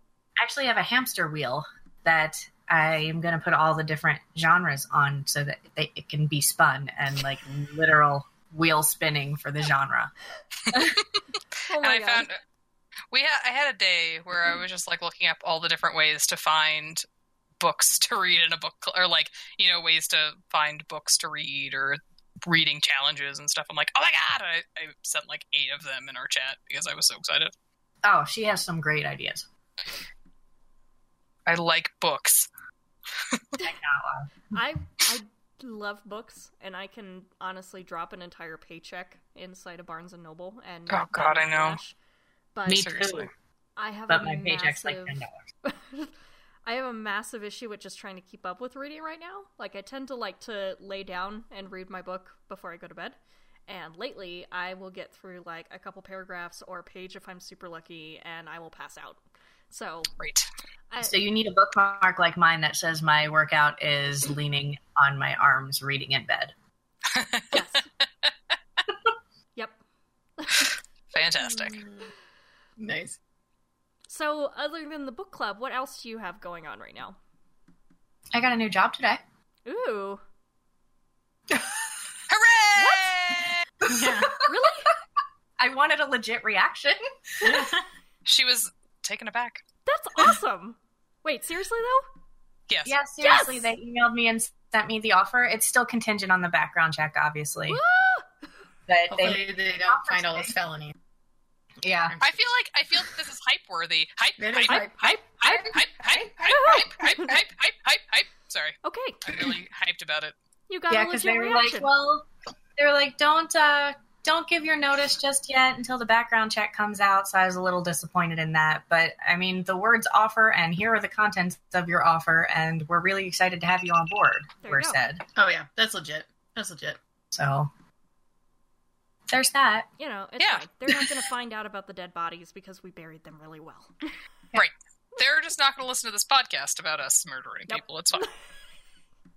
Speaker 4: actually have a hamster wheel that I am going to put all the different genres on so that they, it can be spun and like literal wheel spinning for the genre.
Speaker 1: Oh
Speaker 3: and
Speaker 1: my
Speaker 3: I
Speaker 1: god.
Speaker 3: found we had I had a day where I was just like looking up all the different ways to find books to read in a book cl- or like you know ways to find books to read or reading challenges and stuff. I'm like, oh my god! I, I sent like eight of them in our chat because I was so excited.
Speaker 4: Oh, she has some great ideas.
Speaker 3: I like books.
Speaker 1: I I love books, and I can honestly drop an entire paycheck inside a Barnes and Noble. And
Speaker 3: Oh,
Speaker 1: not
Speaker 3: God,
Speaker 1: that
Speaker 3: I know.
Speaker 1: flash, But
Speaker 4: Me
Speaker 3: Seriously.
Speaker 4: too.
Speaker 1: I have
Speaker 4: But
Speaker 1: a
Speaker 4: my paycheck's like
Speaker 1: massive-
Speaker 4: ten dollars.
Speaker 1: I have a massive issue with just trying to keep up with reading right now. Like I tend to like to lay down and read my book before I go to bed. And lately, I will get through like a couple paragraphs or a page if I'm super lucky, and I will pass out. So
Speaker 3: Right.
Speaker 1: I,
Speaker 4: So you need a bookmark like mine that says my workout is leaning on my arms reading in bed.
Speaker 1: yes, yep.
Speaker 3: Fantastic.
Speaker 2: Nice.
Speaker 1: So, other than the book club, what else do you have going on right now?
Speaker 4: I got a new job today.
Speaker 1: Ooh,
Speaker 3: Hooray!
Speaker 2: Yeah.
Speaker 1: really?
Speaker 4: I wanted a legit reaction.
Speaker 3: She was taken aback.
Speaker 1: That's awesome. Wait, seriously though?
Speaker 3: Yes.
Speaker 4: Yeah, seriously,
Speaker 1: Yes!
Speaker 4: they emailed me and sent me the offer. It's still contingent on the background check, obviously.
Speaker 1: Woo!
Speaker 4: But they,
Speaker 2: Hopefully they don't find all those felonies.
Speaker 4: yeah,
Speaker 3: I feel like I feel that this is hype worthy. Hype,
Speaker 2: It
Speaker 3: hype,
Speaker 2: is
Speaker 3: hype, hype, hype, hype, hype, hype, hype, hype, hype, hype, hype. Sorry.
Speaker 1: Okay,
Speaker 3: I'm really hyped about it.
Speaker 1: you got
Speaker 4: yeah,
Speaker 1: a
Speaker 4: because
Speaker 1: legit
Speaker 4: they were
Speaker 1: reaction.
Speaker 4: like, well, they were like, don't uh, don't give your notice just yet until the background check comes out. So I was a little disappointed in that. But I mean, the words offer and here are the contents of your offer, and we're really excited to have you on board.
Speaker 1: There you
Speaker 4: Were
Speaker 1: go.
Speaker 4: said.
Speaker 2: Oh yeah, that's legit. That's legit.
Speaker 4: So there's that.
Speaker 1: You know, it's
Speaker 3: Yeah.
Speaker 1: fine. They're not going to find out about the dead bodies because we buried them really well.
Speaker 3: They're just not going to listen to this podcast about us murdering
Speaker 1: Nope.
Speaker 3: people. It's fine.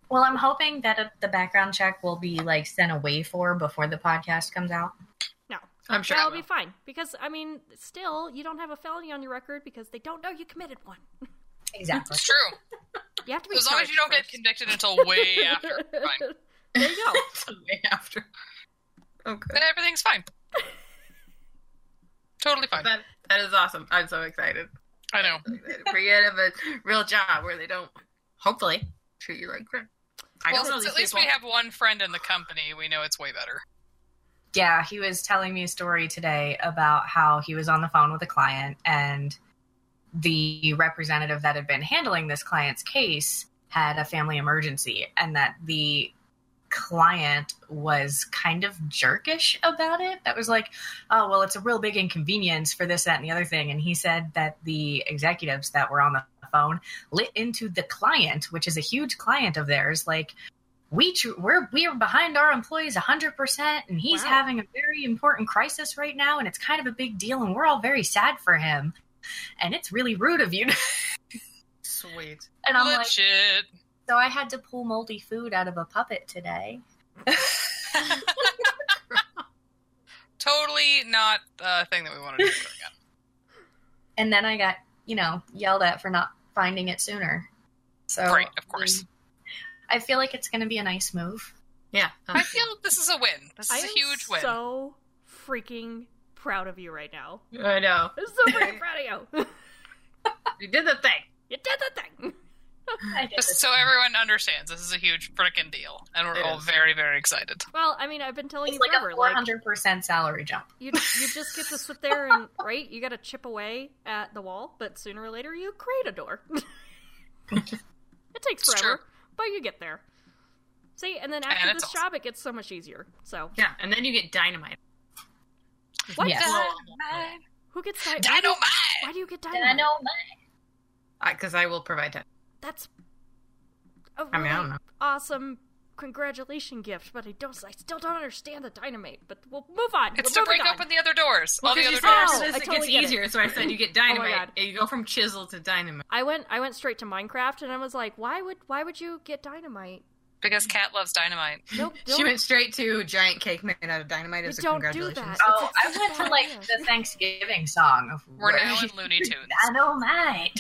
Speaker 4: Well, I'm hoping that it- the background check will be like sent away for before the podcast comes out.
Speaker 1: No.
Speaker 2: I'm sure. it
Speaker 1: That'll
Speaker 2: will.
Speaker 1: be fine because I mean, still, you don't have a felony on your record because they don't know you committed one.
Speaker 4: Exactly.
Speaker 3: It's true.
Speaker 1: You have to be
Speaker 3: As long as you don't get
Speaker 1: charged
Speaker 3: convicted until way after,
Speaker 1: first.
Speaker 3: fine.
Speaker 1: there you go.
Speaker 2: Way after. Okay.
Speaker 3: then everything's fine. Totally fine.
Speaker 2: That that is awesome. I'm so excited.
Speaker 3: I know.
Speaker 2: We're gonna have a real job where they don't hopefully treat you like crap. I
Speaker 3: Well,
Speaker 2: don't know
Speaker 3: since
Speaker 2: these
Speaker 3: at least we
Speaker 2: people.
Speaker 3: have one friend in the company, we know it's way better.
Speaker 4: Yeah, he was telling me a story today about how he was on the phone with a client and the representative that had been handling this client's case had a family emergency and that the client was kind of jerkish about it. That was like, oh, well, it's a real big inconvenience for this, that, and the other thing. And he said that the executives that were on the phone lit into the client, which is a huge client of theirs, like, we tr- we're we're behind our employees 100% and he's
Speaker 1: Wow.
Speaker 4: having a very important crisis right now and it's kind of a big deal and we're all very sad for him and it's really rude of you
Speaker 2: Sweet.
Speaker 4: and i'm like
Speaker 3: Legit.
Speaker 4: so i had to pull moldy food out of a puppet today
Speaker 3: Totally not a thing that we want to do ever again.
Speaker 4: and then i got you know yelled at for not finding it sooner so
Speaker 3: Right, of course.
Speaker 4: i feel like it's going to be a nice move
Speaker 2: Yeah.
Speaker 3: I feel this is a win. This
Speaker 1: I
Speaker 3: is a
Speaker 1: am
Speaker 3: huge win.
Speaker 1: So freaking proud of you right now.
Speaker 2: Um, I know.
Speaker 1: I'm so freaking proud of you.
Speaker 2: You did the thing.
Speaker 1: You did the thing.
Speaker 4: I did
Speaker 3: Just
Speaker 4: this.
Speaker 3: so everyone understands, this is a huge freaking deal, and we're
Speaker 2: It
Speaker 3: all
Speaker 2: is.
Speaker 3: very, very excited.
Speaker 1: Well, I mean, I've been telling
Speaker 4: it's
Speaker 1: you
Speaker 4: like
Speaker 1: forever,
Speaker 4: a
Speaker 1: like
Speaker 4: 400% salary jump
Speaker 1: you you just get to sit there and right, you got to chip away at the wall, but sooner or later you create a door. it takes
Speaker 3: It's
Speaker 1: forever,
Speaker 3: true.
Speaker 1: but you get there. See, and then
Speaker 3: And
Speaker 1: after
Speaker 3: it's
Speaker 1: this
Speaker 3: awesome.
Speaker 1: job, it gets so much easier. So
Speaker 2: Yeah, and then you get dynamite.
Speaker 1: what?
Speaker 4: Yes.
Speaker 1: the-
Speaker 3: Dynamite!
Speaker 1: Who gets dynamite? Why do, you-
Speaker 3: Dynamite!
Speaker 1: why do you get
Speaker 4: and i
Speaker 1: dynamite?
Speaker 4: know
Speaker 2: Because I will provide that.
Speaker 1: That's a really
Speaker 2: I mean, I don't know.
Speaker 1: awesome congratultion gift, but I don't. I still don't understand the dynamite. But we'll move on.
Speaker 3: It's
Speaker 1: We're
Speaker 3: to break
Speaker 1: moving on.
Speaker 3: open the other doors. all the
Speaker 2: Because
Speaker 3: other
Speaker 2: you said after
Speaker 1: Oh,
Speaker 3: doors.
Speaker 2: this
Speaker 1: I
Speaker 2: it
Speaker 1: totally
Speaker 2: gets
Speaker 1: get it.
Speaker 2: easy, so I said you get dynamite.
Speaker 1: God.
Speaker 2: and you go from chisel to dynamite.
Speaker 1: I went. I went straight to Minecraft, and I was like, "Why would? Why would you get dynamite?
Speaker 3: Because Cat loves dynamite.
Speaker 1: Nope.
Speaker 2: She
Speaker 1: don't-
Speaker 2: went straight to giant cake made out of dynamite.
Speaker 1: You
Speaker 2: As a
Speaker 1: don't do that.
Speaker 2: congratulations.
Speaker 4: oh
Speaker 1: It's-
Speaker 4: i
Speaker 1: it's
Speaker 4: went
Speaker 1: bad
Speaker 4: to like
Speaker 1: news.
Speaker 4: the thanksgiving song of
Speaker 3: We're now
Speaker 4: where-
Speaker 3: in Looney Tunes.
Speaker 4: dynamite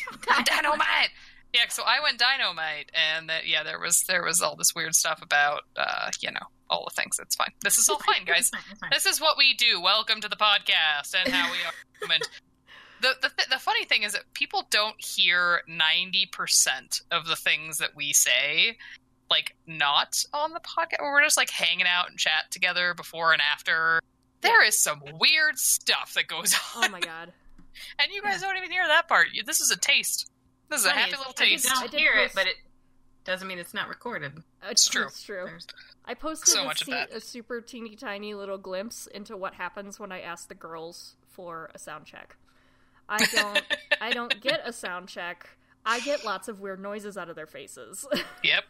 Speaker 3: dynamite. Yeah, so I went dynamite, and that yeah, there was there was all this weird stuff about uh, you know all the things. It's fine. This is all fine, guys.
Speaker 2: It's fine, it's fine.
Speaker 3: This is what we do. Welcome to the podcast and how we are. human. The, the, th- the funny thing is that people don't hear 90% of the things that we say, like, not on the podcast. We're just, like, hanging out and chat together before and after. There is some weird stuff that goes on.
Speaker 1: Oh my god.
Speaker 3: And you guys don't even hear that part. You- This is a taste. This is a
Speaker 2: Funny,
Speaker 3: happy
Speaker 2: it's
Speaker 3: little
Speaker 2: like you
Speaker 3: taste.
Speaker 1: I
Speaker 2: don't
Speaker 1: did
Speaker 2: hear it,
Speaker 1: post-
Speaker 2: but it doesn't mean it's not recorded.
Speaker 1: It's
Speaker 3: true.
Speaker 1: It's true.
Speaker 2: There's-
Speaker 1: I posted
Speaker 3: So
Speaker 1: a,
Speaker 3: much of
Speaker 1: se-
Speaker 3: that.
Speaker 1: a super teeny tiny little glimpse into what happens when I ask the girls for a sound check. I don't. I don't get a sound check. I get lots of weird noises out of their faces
Speaker 3: Yep.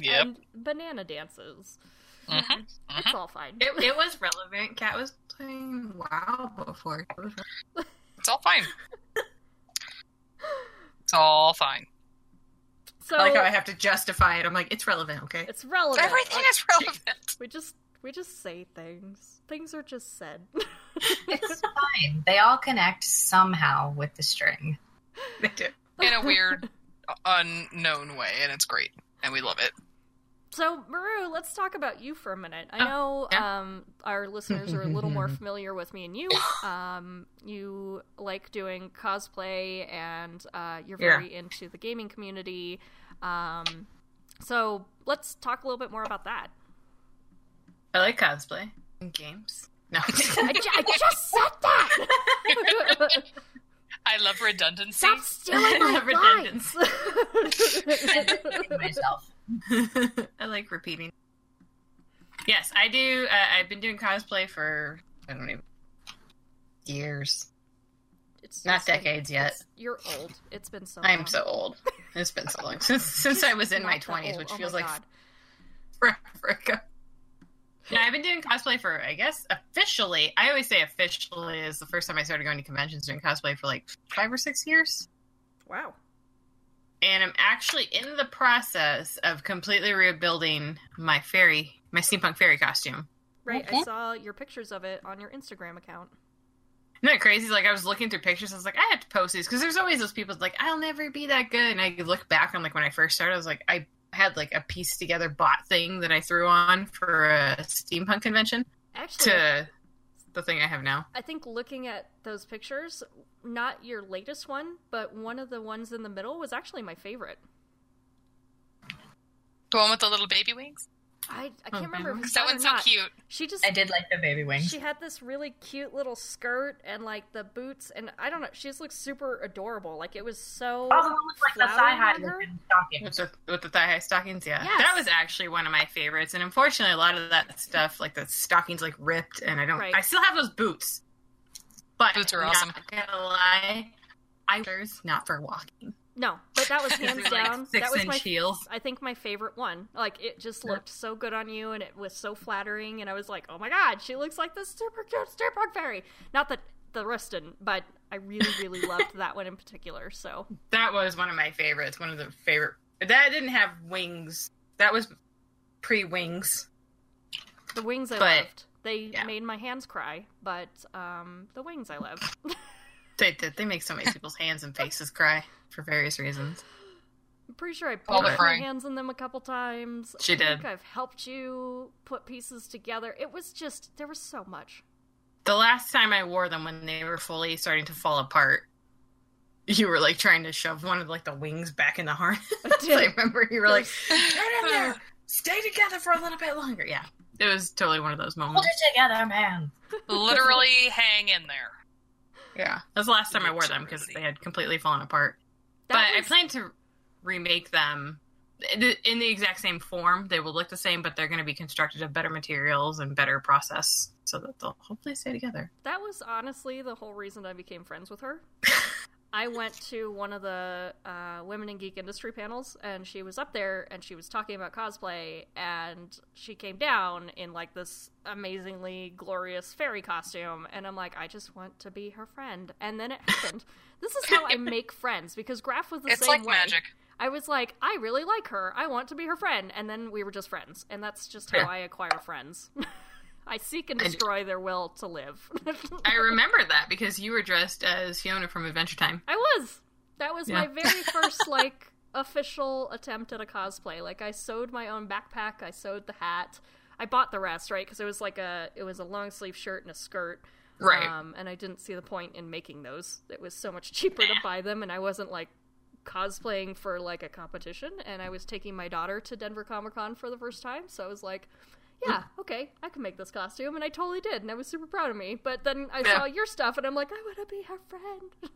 Speaker 3: Yep.
Speaker 1: and banana dances.
Speaker 3: hmm
Speaker 1: It's all fine.
Speaker 2: It, it was relevant. Kat was playing WoW before. It was
Speaker 3: It's all fine. it's all fine.
Speaker 1: So
Speaker 2: I like how I have to justify it. I'm like, it's relevant, okay?
Speaker 1: it's relevant.
Speaker 3: Everything
Speaker 1: Like,
Speaker 3: is relevant.
Speaker 1: we just we just say things. Things are just said.
Speaker 4: It's fine. They all connect somehow with the string.
Speaker 2: They do.
Speaker 3: In a weird, unknown way, and it's great. And we love it.
Speaker 1: So, Maru, let's talk about you for a minute. I
Speaker 2: Oh,
Speaker 1: know
Speaker 2: yeah.
Speaker 1: um, our listeners are a little more familiar with me and you. Um, you like doing cosplay, and uh, you're
Speaker 2: Yeah.
Speaker 1: very into the gaming community. Um, so, let's talk a little bit more about that.
Speaker 2: I like cosplay and games. No,
Speaker 1: I, ju- I just said that.
Speaker 3: I love redundancy.
Speaker 1: Stop stealing my
Speaker 2: Redundance.
Speaker 1: lines.
Speaker 4: myself.
Speaker 2: I like repeating. Yes, I do. Uh, I've been doing cosplay for I don't even years,
Speaker 1: It's
Speaker 2: not
Speaker 1: it's been-
Speaker 2: decades yet.
Speaker 1: it's- You're old. It's been so.
Speaker 2: I'm
Speaker 1: long.
Speaker 2: so old. It's been so long since since I was in
Speaker 1: Not
Speaker 2: my
Speaker 1: that
Speaker 2: 20s,
Speaker 1: old.
Speaker 2: which
Speaker 1: Oh my
Speaker 2: feels like
Speaker 1: God.
Speaker 2: forever ago. Yeah, I've been doing cosplay for, I guess, officially. I always say officially is the first time I started going to conventions doing cosplay for like five or six years.
Speaker 1: wow.
Speaker 2: And I'm actually in the process of completely rebuilding my fairy, my steampunk fairy costume.
Speaker 1: Right, I
Speaker 3: Okay.
Speaker 1: saw your pictures of it on your Instagram account.
Speaker 2: Isn't that crazy? Like, I was looking through pictures. I was like, I have to post these because there's always those people that's like, I'll never be that good. And I could look back on like when I first started, I was like, I had like a piece together bot thing that I threw on for a steampunk convention
Speaker 1: Actually,
Speaker 2: to the thing I have now.
Speaker 1: I think looking at those pictures, not your latest one, but one of the ones in the middle was actually my favorite.
Speaker 3: The one with the little baby wings.
Speaker 1: I, I
Speaker 2: Oh,
Speaker 1: can't remember if it
Speaker 2: really?
Speaker 1: was
Speaker 3: That
Speaker 1: that or
Speaker 3: one's so
Speaker 1: not.
Speaker 3: cute.
Speaker 1: She just
Speaker 5: I did like the baby wings.
Speaker 1: she had this really cute little skirt and like the boots and I don't know, she just looked super adorable. Like it was so
Speaker 4: Oh, the one with like the
Speaker 1: flower
Speaker 4: thigh high
Speaker 1: on her?
Speaker 4: looking stocking.
Speaker 2: With the, with the thigh high stockings, yeah.
Speaker 1: Yes.
Speaker 2: That was actually one of my favorites. And unfortunately, a lot of that stuff, like the stockings, like ripped, and I don't.
Speaker 1: Right.
Speaker 2: I still have those boots. But
Speaker 3: Boots are
Speaker 2: not
Speaker 3: awesome.
Speaker 2: gonna lie, I not for walking.
Speaker 1: No, but that was hands
Speaker 2: Like
Speaker 1: down.
Speaker 2: six
Speaker 1: that was
Speaker 2: inch
Speaker 1: my
Speaker 2: heels.
Speaker 1: I think my favorite one. Like it just
Speaker 2: Yeah.
Speaker 1: looked so good on you, and it was so flattering. And I was like, "Oh my god, she looks like this super cute Starbuck fairy." Not that the rest didn't, but I really, really loved that one in particular. So
Speaker 2: That was one of my favorites. One of the favorite. That didn't have wings. That was pre wings.
Speaker 1: the wings I
Speaker 2: But-
Speaker 1: loved. They
Speaker 2: yeah.
Speaker 1: made my hands cry, but um, the wings I loved.
Speaker 2: They did. They make so many people's hands and faces cry for various reasons.
Speaker 1: I'm pretty sure I
Speaker 3: All
Speaker 1: put my
Speaker 3: the frying.
Speaker 1: hands in them a couple times.
Speaker 2: She
Speaker 1: I think
Speaker 2: did.
Speaker 1: I've helped you put pieces together. It was just there was so much.
Speaker 2: The last time I wore them, when they were fully starting to fall apart, you were like trying to shove one of like the wings back in the harness.
Speaker 1: I
Speaker 2: I
Speaker 1: did.
Speaker 2: remember you were like, "Get in there, stay together for a little bit longer." Yeah, it was totally one of those
Speaker 4: Hold
Speaker 2: moments.
Speaker 4: it together, man.
Speaker 3: Literally hang in there.
Speaker 2: Yeah, that's the last time I wore them because they had completely fallen apart.
Speaker 1: That
Speaker 2: but
Speaker 1: was-
Speaker 2: I plan to remake them th- in the exact same form. They will look the same, but they're going to be constructed of better materials and better process, so that they'll hopefully stay together.
Speaker 1: That was honestly the whole reason I became friends with her. I went to one of the uh, women in geek industry panels, and she was up there, and she was talking about cosplay, and she came down in like this amazingly glorious fairy costume, and I'm like, I just want to be her friend, and then it happened. this is how I make friends because Graf was the
Speaker 3: It's
Speaker 1: same
Speaker 3: like
Speaker 1: way.
Speaker 3: magic.
Speaker 1: I was like, I really like her. I want to be her friend. And then we were just friends. And that's just how
Speaker 2: Yeah.
Speaker 1: I acquire friends. I seek and
Speaker 2: I do.
Speaker 1: destroy their will to live.
Speaker 2: I remember that because you were dressed as Fiona from Adventure Time.
Speaker 1: I was. That was my
Speaker 2: Yeah.
Speaker 1: very first, like, official attempt at a cosplay. Like, I sewed my own backpack, I sewed the hat. I bought the rest, right? Because it was like a it was a long sleeve shirt and a skirt,
Speaker 2: Right.
Speaker 1: Um, and I didn't see the point in making those. It was so much cheaper to buy them, and I wasn't like cosplaying for like a competition. And I was taking my daughter to Denver Comic Con for the first time, so I was like, "Yeah, okay, I can make this costume," and I totally did, and I was super proud of me. But then I
Speaker 2: Yeah.
Speaker 1: saw your stuff, and I'm like, "I want to be her friend."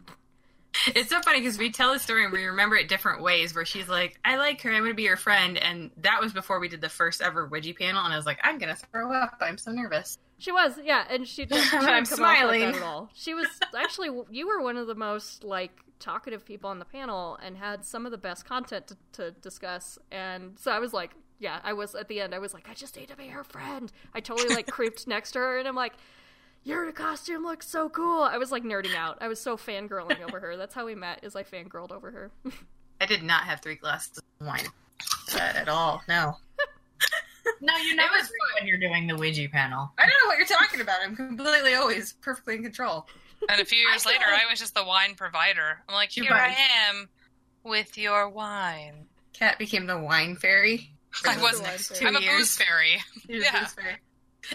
Speaker 2: It's so funny because we tell the story and we remember it different ways. Where she's like, "I like her, I want to be your friend," and that was before we did the first ever Widgie panel. And I was like, "I'm gonna throw up. I'm so nervous."
Speaker 1: She was, yeah, and she just she didn't
Speaker 2: I'm
Speaker 1: come smiling.
Speaker 2: smiling.
Speaker 1: at all. She was actually you were one of the most like talkative people on the panel and had some of the best content to, to discuss. And so I was like, yeah, I was at the end. I was like, I just need to be her friend. I totally like creeped next to her, and I'm like, your costume looks so cool. I was like nerding out. I was so fangirling over her. That's how we met. Is I fangirled over her.
Speaker 2: I did not have three glasses of wine uh, at all. No,
Speaker 5: No, you
Speaker 2: it
Speaker 5: never
Speaker 2: was.
Speaker 5: drink when you're doing the Ouija panel.
Speaker 2: I don't know what you're talking about. I'm completely always perfectly in control.
Speaker 3: And a few years
Speaker 2: I feel
Speaker 3: later,
Speaker 2: like-
Speaker 3: I was just the wine provider. I'm like,
Speaker 2: You're
Speaker 3: here
Speaker 2: right.
Speaker 3: I am with your wine.
Speaker 2: Cat became the wine fairy. for
Speaker 3: I
Speaker 2: the
Speaker 3: was-
Speaker 2: next
Speaker 1: I'm
Speaker 2: two
Speaker 3: I'm a
Speaker 2: years.
Speaker 3: booze fairy.
Speaker 2: She was
Speaker 3: Yeah.
Speaker 2: booze fairy.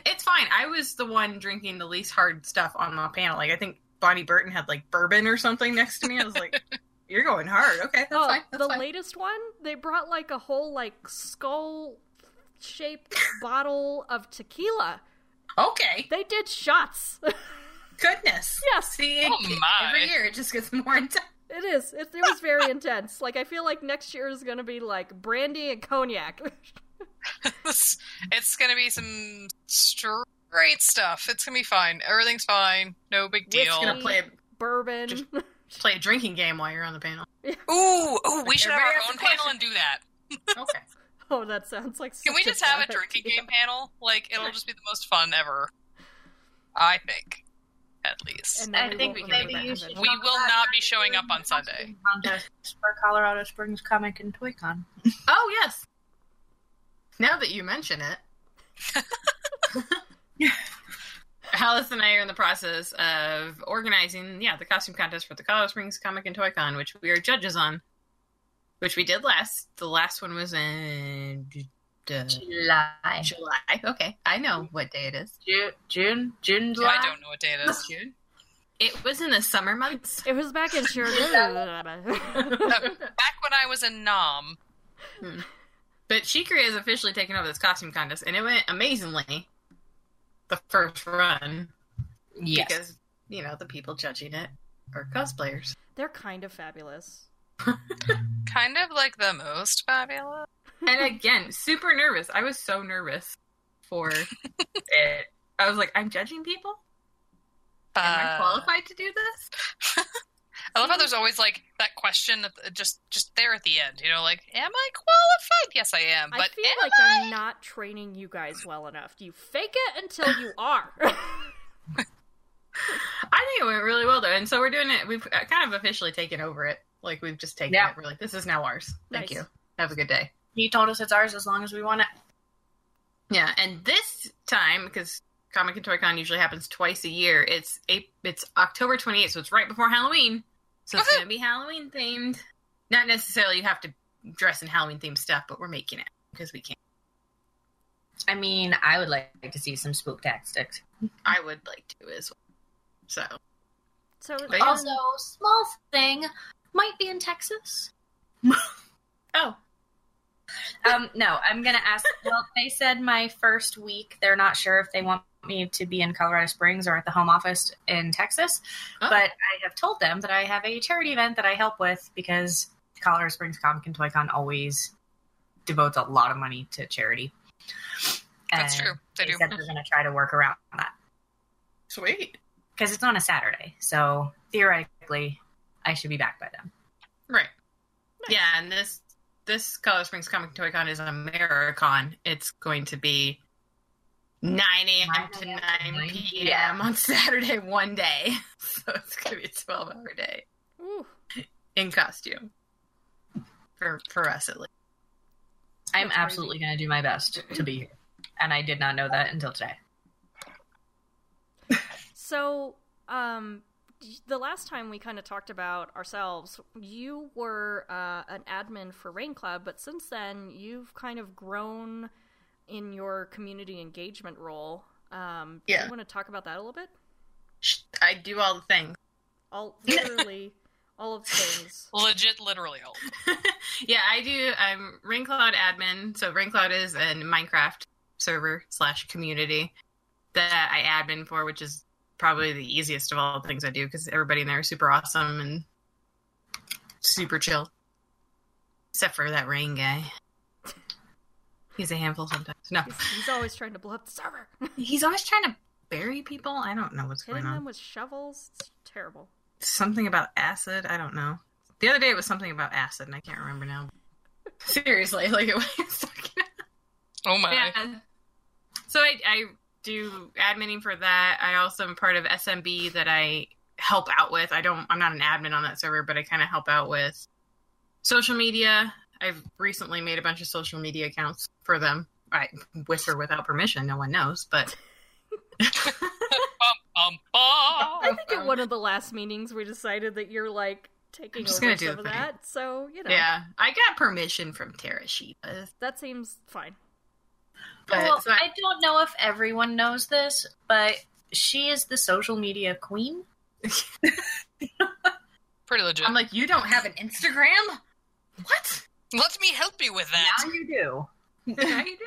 Speaker 2: It's fine. I was the one drinking the least hard stuff on my panel. Like I think Bonnie Burton had like bourbon or something next to me. I was like, "You're going hard." Okay, that's
Speaker 1: oh,
Speaker 2: fine. That's
Speaker 1: the
Speaker 2: fine.
Speaker 1: latest one, they brought like a whole like skull shaped bottle of tequila.
Speaker 2: Okay.
Speaker 1: They did shots.
Speaker 2: Goodness.
Speaker 1: yes,
Speaker 2: See,
Speaker 3: Oh my.
Speaker 2: every year it just gets more intense.
Speaker 1: it is. It, it was very intense. Like I feel like next year is going to be like brandy and cognac.
Speaker 3: it's it's gonna be some straight stuff. It's gonna be fine. Everything's fine. No big
Speaker 2: We're
Speaker 3: deal.
Speaker 2: just gonna play
Speaker 1: Bourbon.
Speaker 2: Just- play a drinking game while you're on the panel.
Speaker 3: Ooh, ooh, we should have our
Speaker 2: Everybody has
Speaker 3: own
Speaker 2: a
Speaker 3: panel
Speaker 2: question.
Speaker 3: and do that.
Speaker 2: Okay.
Speaker 1: oh, that sounds like.
Speaker 3: Can we
Speaker 1: such
Speaker 3: just have a
Speaker 1: bad
Speaker 3: drinking
Speaker 1: idea.
Speaker 3: game panel? Like it'll just be the most fun ever. I think, at least.
Speaker 1: And then
Speaker 4: I
Speaker 1: we
Speaker 4: think
Speaker 1: won't
Speaker 4: maybe
Speaker 1: remember
Speaker 4: you
Speaker 1: that
Speaker 4: should-
Speaker 1: event.
Speaker 3: we will not be showing up on Sunday.
Speaker 4: Contest for Colorado Springs Comic and Toy Con.
Speaker 2: Oh yes. Now that you mention it, Alice and I are in the process of organizing, yeah, the costume contest for the Colorado Springs Comic and Toy Con, which we are judges on, which we did last. The last one was in uh,
Speaker 4: July.
Speaker 2: July. Okay, I know what day it is.
Speaker 4: June, June, June, July.
Speaker 3: I don't know what day it is.
Speaker 2: June. It was in the summer months.
Speaker 1: It was back in Chicago.
Speaker 3: Back when I was in Nam,
Speaker 2: But Shikari has officially taken over this costume contest, and it went amazingly. The first run,
Speaker 4: Yes.
Speaker 2: because you know the people judging it are cosplayers.
Speaker 1: They're kind of fabulous.
Speaker 3: kind of like the most fabulous.
Speaker 2: And again, super nervous. I was so nervous for it. I was like, I'm judging people. Am I
Speaker 3: Uh,
Speaker 2: qualified to do this?
Speaker 3: I love how there's always like that question at the, just just there at the end. You know, like, am I qualified? Yes, I am. But
Speaker 1: I feel
Speaker 3: am
Speaker 1: like
Speaker 3: I?
Speaker 1: I'm not training you guys well enough. You fake it until you are.
Speaker 2: I think it went really well though, and so we're doing it. We've uh, kind of officially taken over it. Like we've just taken
Speaker 4: Yeah.
Speaker 2: it. We're like, this is now ours. Thank
Speaker 1: Nice.
Speaker 2: you. Have a good day.
Speaker 4: He told us it's ours as long as we want it.
Speaker 2: Yeah, and this time because Comic and Toy Con usually happens twice a year. It's a, it's October twenty eighth, so it's right before Halloween. So it's
Speaker 3: Woohoo!
Speaker 2: gonna be Halloween themed. Not necessarily you have to dress in Halloween themed stuff, but we're making it because we can.
Speaker 4: I mean, I would like to see some spook tactics.
Speaker 2: I would like to as well. So
Speaker 1: so
Speaker 2: But yeah.
Speaker 5: Also, small thing might be in Texas.
Speaker 2: oh
Speaker 4: Um, no, I'm gonna ask. Well, they said my first week. They're not sure if they want me to be in Colorado Springs or at the home office in Texas.
Speaker 2: Oh.
Speaker 4: But I have told them that I have a charity event that I help with because Colorado Springs Comic and Toy Con always devotes a lot of money to charity.
Speaker 3: That's
Speaker 4: And
Speaker 3: true. They
Speaker 4: They
Speaker 3: do.
Speaker 4: said they're gonna try to work around that.
Speaker 2: sweet,
Speaker 4: because it's on a Saturday. So theoretically, I should be back by then.
Speaker 2: right? Yeah, and this this Colorado Springs Comic and Toy Con is a Americon. It's going to be. 9 a.m. to 9
Speaker 4: 9 9
Speaker 2: p.m. on Saturday, one day. So it's going to be a 12 hour day.
Speaker 1: Ooh,
Speaker 2: in costume for for us at least.
Speaker 1: That's
Speaker 4: I'm
Speaker 1: crazy.
Speaker 4: absolutely going to do my best to be here. And I did not know that until today.
Speaker 1: so um, the last time we kind of talked about ourselves, you were uh, an admin for Rain Cloud, but since then you've kind of grown in your community engagement role. Um, Do
Speaker 2: Yeah.
Speaker 1: you want to talk about that a little bit?
Speaker 2: Sh- I do all the things.
Speaker 1: All literally all of things.
Speaker 3: Legit, literally old.
Speaker 2: yeah, I do. I'm RainCloud admin. So RainCloud is a Minecraft server slash community that I admin for, which is probably the easiest of all the things I do because everybody in there is super awesome and super chill. Except for that rain guy. He's a handful sometimes. No.
Speaker 1: He's, he's always trying to blow up the server,
Speaker 2: He's always trying to bury people. I don't know what's
Speaker 1: hitting
Speaker 2: going on.
Speaker 1: them with shovels. It's terrible.
Speaker 2: something about acid. I don't know. The other day it was something about acid, and I can't remember now. Seriously, like it was.
Speaker 3: Oh my.
Speaker 2: yeah. So I, I do adminning for that. I also am part of SMB that I help out with. I don't. I'm not an admin on that server, but I kind of help out with social media. I've recently made a bunch of social media accounts for them. I, with or without permission, no one knows, but.
Speaker 3: Um, bah.
Speaker 1: Oh,
Speaker 2: Oh,
Speaker 1: I think
Speaker 2: um,
Speaker 1: at one of the last meetings we decided that you're like taking
Speaker 2: I'm just
Speaker 1: over
Speaker 2: gonna do
Speaker 1: some
Speaker 2: the
Speaker 1: of
Speaker 2: thing.
Speaker 1: that. So you know,
Speaker 2: Yeah, I got permission from Tara Shiva.
Speaker 1: that seems fine.
Speaker 2: But
Speaker 4: well,
Speaker 2: so I-
Speaker 4: I don't know if everyone knows this, but she is the social media queen.
Speaker 3: Pretty legit.
Speaker 2: I'm like, you don't have an Instagram? What?
Speaker 3: Let me help you with that.
Speaker 4: Now you do.
Speaker 2: yeah, you do.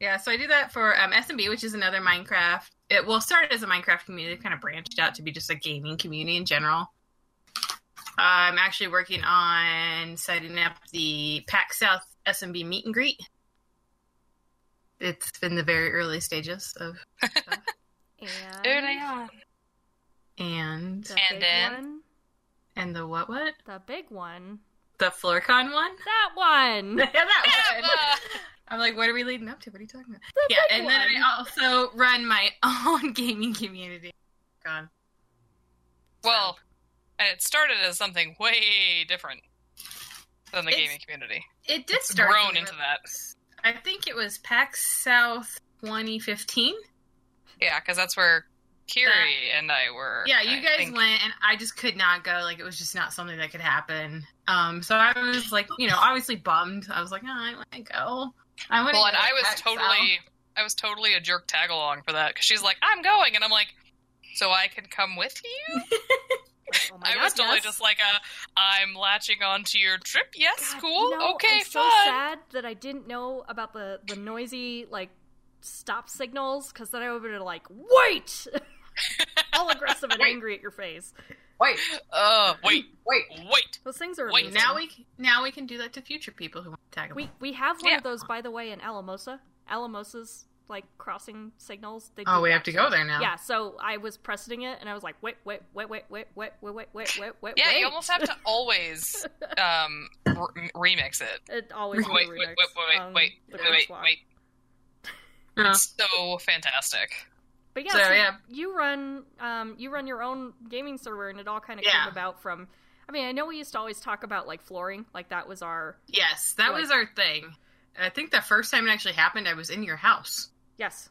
Speaker 2: Yeah, so I do that for um, SMB, which is another Minecraft. It will start as a Minecraft community, kind of branched out to be just a gaming community in general. I'm actually working on setting up the Pack South SMB meet and greet, It's been the very early stages of,
Speaker 1: And
Speaker 3: Early on.
Speaker 2: and
Speaker 1: The big
Speaker 3: And then-
Speaker 1: one,
Speaker 2: and the what what
Speaker 1: the big one,
Speaker 2: the FloorCon one.
Speaker 1: that one.
Speaker 2: Yeah, that one.
Speaker 3: Abba!
Speaker 2: I'm like, what are we leading up to? What are you talking about?
Speaker 1: The
Speaker 2: yeah,
Speaker 1: big
Speaker 2: and then
Speaker 1: one.
Speaker 2: I also run my own gaming community. Gone.
Speaker 3: Well, and it started as something way different than the
Speaker 2: It's-
Speaker 3: gaming community.
Speaker 2: It did
Speaker 3: It's
Speaker 2: start
Speaker 3: grown
Speaker 2: somewhere.
Speaker 3: into that.
Speaker 2: I think it was PAX South 2015.
Speaker 3: Yeah, because that's where Kiri and I were.
Speaker 2: Yeah, you
Speaker 3: I
Speaker 2: guys
Speaker 3: think.
Speaker 2: went, and I just could not go. Like it was just not something that could happen. Um, so I was like, you know, obviously bummed. I was like, oh, I want to go. I want.
Speaker 3: Well,
Speaker 2: go
Speaker 3: and
Speaker 2: to
Speaker 3: I was
Speaker 2: PAX South.
Speaker 3: totally, I was totally a jerk tag along for that because she's like, "I'm going," and I'm like, "So I can come with you?"
Speaker 1: Oh my
Speaker 3: I
Speaker 1: God,
Speaker 3: was totally
Speaker 1: yes.
Speaker 3: just like, "A, I'm latching on to your trip. Yes,
Speaker 1: God,
Speaker 3: cool,
Speaker 1: you know,
Speaker 3: okay,
Speaker 1: I'm so
Speaker 3: fun."
Speaker 1: sad that I didn't know about the the noisy like stop signals because then I would have been like, wait, all aggressive and
Speaker 2: Wait.
Speaker 1: angry at your face.
Speaker 5: Wait,
Speaker 3: Uh, wait,
Speaker 5: wait.
Speaker 3: wait.
Speaker 1: Those things are
Speaker 3: Wait,
Speaker 1: amazing.
Speaker 2: Now we now we can do that to future people who want to tag along.
Speaker 1: we we have one
Speaker 3: Yeah.
Speaker 1: of those by the way in Alamosa. Alamosa's like crossing signals. They
Speaker 2: Oh,
Speaker 1: do
Speaker 2: we
Speaker 1: that
Speaker 2: have to go there now.
Speaker 1: Yeah, so I was pressing it and I was like, wait, wait, wait, wait, wait, wait, wait, wait, wait, wait, wait.
Speaker 3: Yeah,
Speaker 1: wait.
Speaker 3: you almost have to always um re- remix it.
Speaker 1: It always
Speaker 3: Wait, wait,
Speaker 1: redirects
Speaker 3: wait, wait,
Speaker 1: on
Speaker 3: wait,
Speaker 1: the
Speaker 3: wait, wait,
Speaker 1: crosswalk.
Speaker 3: wait.
Speaker 2: Yeah.
Speaker 3: It's so fantastic.
Speaker 1: But yeah,
Speaker 2: So,
Speaker 1: so,
Speaker 2: yeah.
Speaker 1: you run um, you run your own gaming server, and it all kind of
Speaker 2: Yeah.
Speaker 1: came about from. I mean, I know we used to always talk about like flooring, like that was our
Speaker 2: Yes, that
Speaker 1: Like-
Speaker 2: was our thing. I think the first time it actually happened, I was in your house
Speaker 1: yes,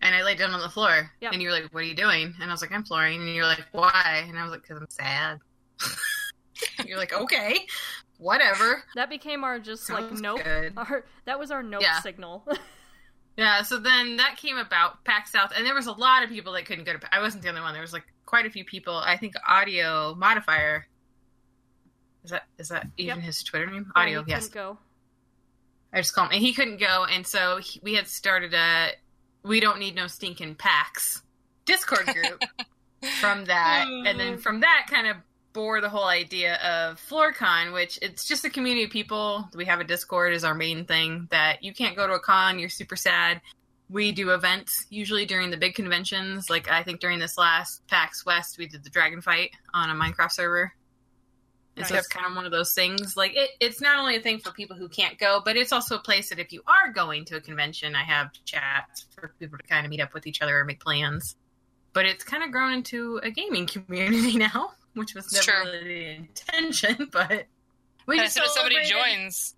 Speaker 2: and I laid down on the floor.
Speaker 1: Yep.
Speaker 2: And you were like, "What are you doing?" And I was like, "I'm flooring." And you're like, "Why?" And I was like, "Cause I'm sad." you're like, "Okay, whatever."
Speaker 1: that became our just like
Speaker 2: Sounds
Speaker 1: nope.
Speaker 2: good.
Speaker 1: Our, that was our nope
Speaker 2: Yeah.
Speaker 1: signal.
Speaker 2: Yeah, so then that came about PAX South, and there was a lot of people that couldn't go to. Pa- I wasn't the only one. There was like quite a few people. I think Audio Modifier is that is that even
Speaker 1: Yep.
Speaker 2: his Twitter name?
Speaker 1: Yeah,
Speaker 2: Audio,
Speaker 1: you
Speaker 2: yes.
Speaker 1: couldn't Go.
Speaker 2: I just call him, and he couldn't go, and so he, we had started a "We don't need no stinking PAX" Discord group from that, and then from that kind of bore the whole idea of FloorCon, which it's just a community of people. We have a Discord is our main thing. That you can't go to a con, you're super sad. We do events usually during the big conventions. Like I think during this last PAX West, we did the dragon fight on a Minecraft server. And so
Speaker 1: Nice.
Speaker 2: it's kind of one of those things. Like it, it's not only a thing for people who can't go, but it's also a place that if you are going to a convention, I have chats for people to kind of meet up with each other or make plans but it's kind of grown into a gaming community now, which was
Speaker 3: It's
Speaker 2: never
Speaker 3: true.
Speaker 2: really the intention. But we
Speaker 3: And as
Speaker 2: just
Speaker 3: soon as somebody
Speaker 2: celebrated-
Speaker 3: joins,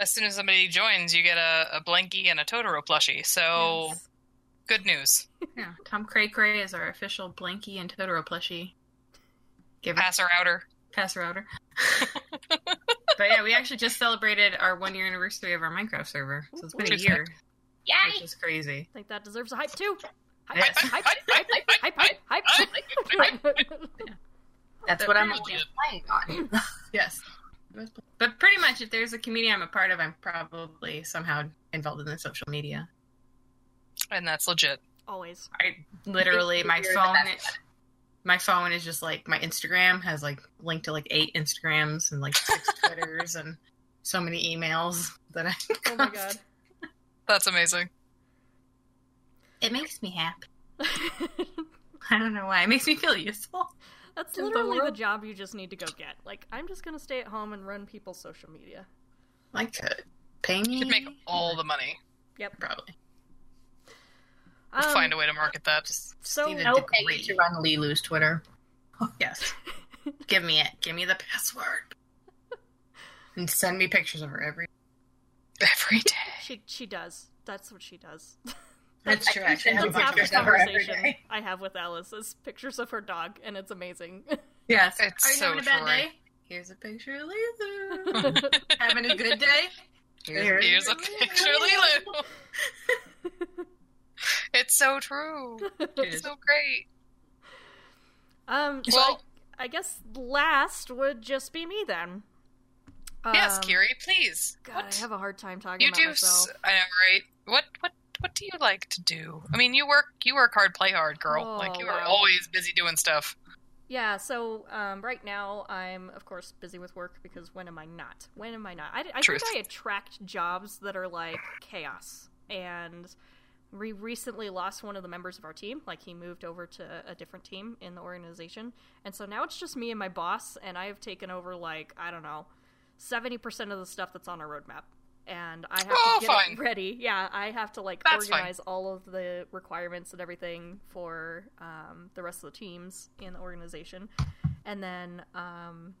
Speaker 3: as soon as somebody joins, you get a, a blankie and a Totoro plushie. So
Speaker 2: Yes.
Speaker 3: good news.
Speaker 2: yeah, Tom Cray Cray is our official Blanky and Totoro plushie. Give pass,
Speaker 3: Passer outer.
Speaker 2: pass router. but yeah, we actually just celebrated our one year anniversary of our Minecraft server, so it's been a
Speaker 3: Interesting.
Speaker 2: year,
Speaker 4: Yay!
Speaker 2: which is crazy.
Speaker 1: I think that deserves a hype too. Hype,
Speaker 2: Yes.
Speaker 1: hype, hype, hype, hype, hype, hype.
Speaker 5: That's what I'm
Speaker 2: Apparently.
Speaker 5: playing on.
Speaker 2: Yes. But pretty much, if there's a community I'm a part of, I'm probably somehow involved in the social media.
Speaker 3: And that's legit.
Speaker 1: Always.
Speaker 2: I literally
Speaker 5: It's
Speaker 2: my
Speaker 5: easier
Speaker 2: phone
Speaker 5: than
Speaker 2: my phone is just like my Instagram has like linked to like eight Instagrams and like six Twitters and so many emails that I
Speaker 1: Oh my god.
Speaker 3: That's amazing.
Speaker 2: It makes me happy. I don't know why. It makes me feel useful.
Speaker 1: That's
Speaker 2: In the
Speaker 1: literally the
Speaker 2: world.
Speaker 1: job you just need to go get. Like, I'm just gonna stay at home and run people's social media.
Speaker 2: I could pay me.
Speaker 3: Should make all the money.
Speaker 2: probably
Speaker 3: We'll
Speaker 1: Um,
Speaker 3: find a way to market that.
Speaker 2: just
Speaker 1: so-
Speaker 2: need a
Speaker 5: No pay
Speaker 2: degree.
Speaker 5: to run Lilu's Twitter.
Speaker 2: Yes. Give me it. Give me the password. And send me pictures of her every
Speaker 3: Every day.
Speaker 1: She she does. That's what she does.
Speaker 2: That's true. I actually have a
Speaker 1: That's half
Speaker 2: bunch
Speaker 1: the
Speaker 2: of her every
Speaker 1: conversation
Speaker 2: day.
Speaker 1: I have with Alice is pictures of her dog, and it's amazing.
Speaker 2: Yes.
Speaker 3: It's
Speaker 2: Are you
Speaker 3: so
Speaker 2: having a bad
Speaker 3: true.
Speaker 2: day? Here's a picture of Lisa. having a good day?
Speaker 3: Here's a picture of Lilo. it's so true. It's so great.
Speaker 1: um, so
Speaker 3: Well-
Speaker 1: I, I guess last would just be me then.
Speaker 3: yes,
Speaker 1: Um,
Speaker 3: Kiri, please.
Speaker 1: God, I have a hard time talking
Speaker 3: you
Speaker 1: about
Speaker 3: do.
Speaker 1: myself.
Speaker 3: s I I know, right? What what what do you like to do? I mean, you work you work hard, play hard, girl.
Speaker 1: Oh,
Speaker 3: like you are
Speaker 1: wow.
Speaker 3: always busy doing stuff.
Speaker 1: Yeah, so um, right now I'm of course busy with work because when am I not? When am I not? I, I think
Speaker 3: Truth.
Speaker 1: I attract jobs that are like chaos and we recently lost one of the members of our team. Like he moved over to a different team in the organization, and so now it's just me and my boss, and I have taken over like I don't know, seventy percent of the stuff that's on our roadmap, and I have
Speaker 3: Oh,
Speaker 1: to get
Speaker 3: fine.
Speaker 1: it ready. Yeah, I have to like
Speaker 3: That's fine.
Speaker 1: organize all of the requirements and everything for um, the rest of the teams in the organization, and then um,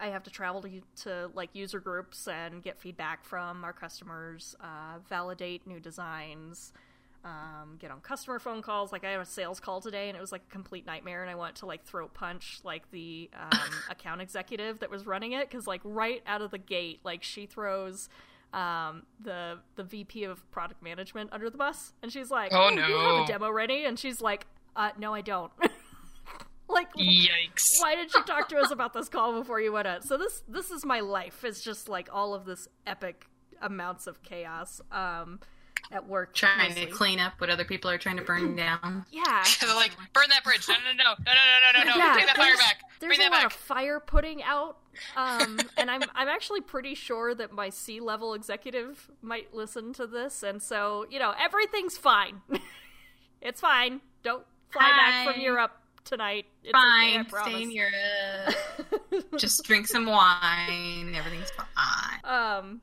Speaker 1: I have to travel to, to like user groups and get feedback from our customers, uh, validate new designs, um, get on customer phone calls. Like I had a sales call today, and it was like a complete nightmare. And I went to like throat punch like the um, account executive that was running it because like right out of the gate, like she throws um, the the VP of product management under the bus, and she's like,
Speaker 3: Oh,
Speaker 1: you have
Speaker 3: no.
Speaker 1: a demo ready," and she's like, uh, "No, I don't." like
Speaker 3: Yikes.
Speaker 1: why did you talk to us about this call before you went out? So this this is my life. It's just like all of this epic amounts of chaos um, at work.
Speaker 2: Trying
Speaker 1: mostly.
Speaker 2: to clean up what other people are trying to burn down.
Speaker 1: Yeah.
Speaker 3: They're like, burn that bridge. No, no, no, no, no, no, no, no,
Speaker 1: Yeah,
Speaker 3: no. Take that fire
Speaker 1: there's-
Speaker 3: back.
Speaker 1: There's
Speaker 3: Bring
Speaker 1: a
Speaker 3: that
Speaker 1: lot
Speaker 3: back.
Speaker 1: of fire putting out, um, and I'm I'm actually pretty sure that my C level executive might listen to this, and so you know everything's fine. it's fine. Don't fly back from
Speaker 2: Fine.
Speaker 1: Europe tonight. It's
Speaker 2: Fine,
Speaker 1: okay, I
Speaker 2: stay in
Speaker 1: promise.
Speaker 2: Europe. Just drink some wine. Everything's fine.
Speaker 1: Um,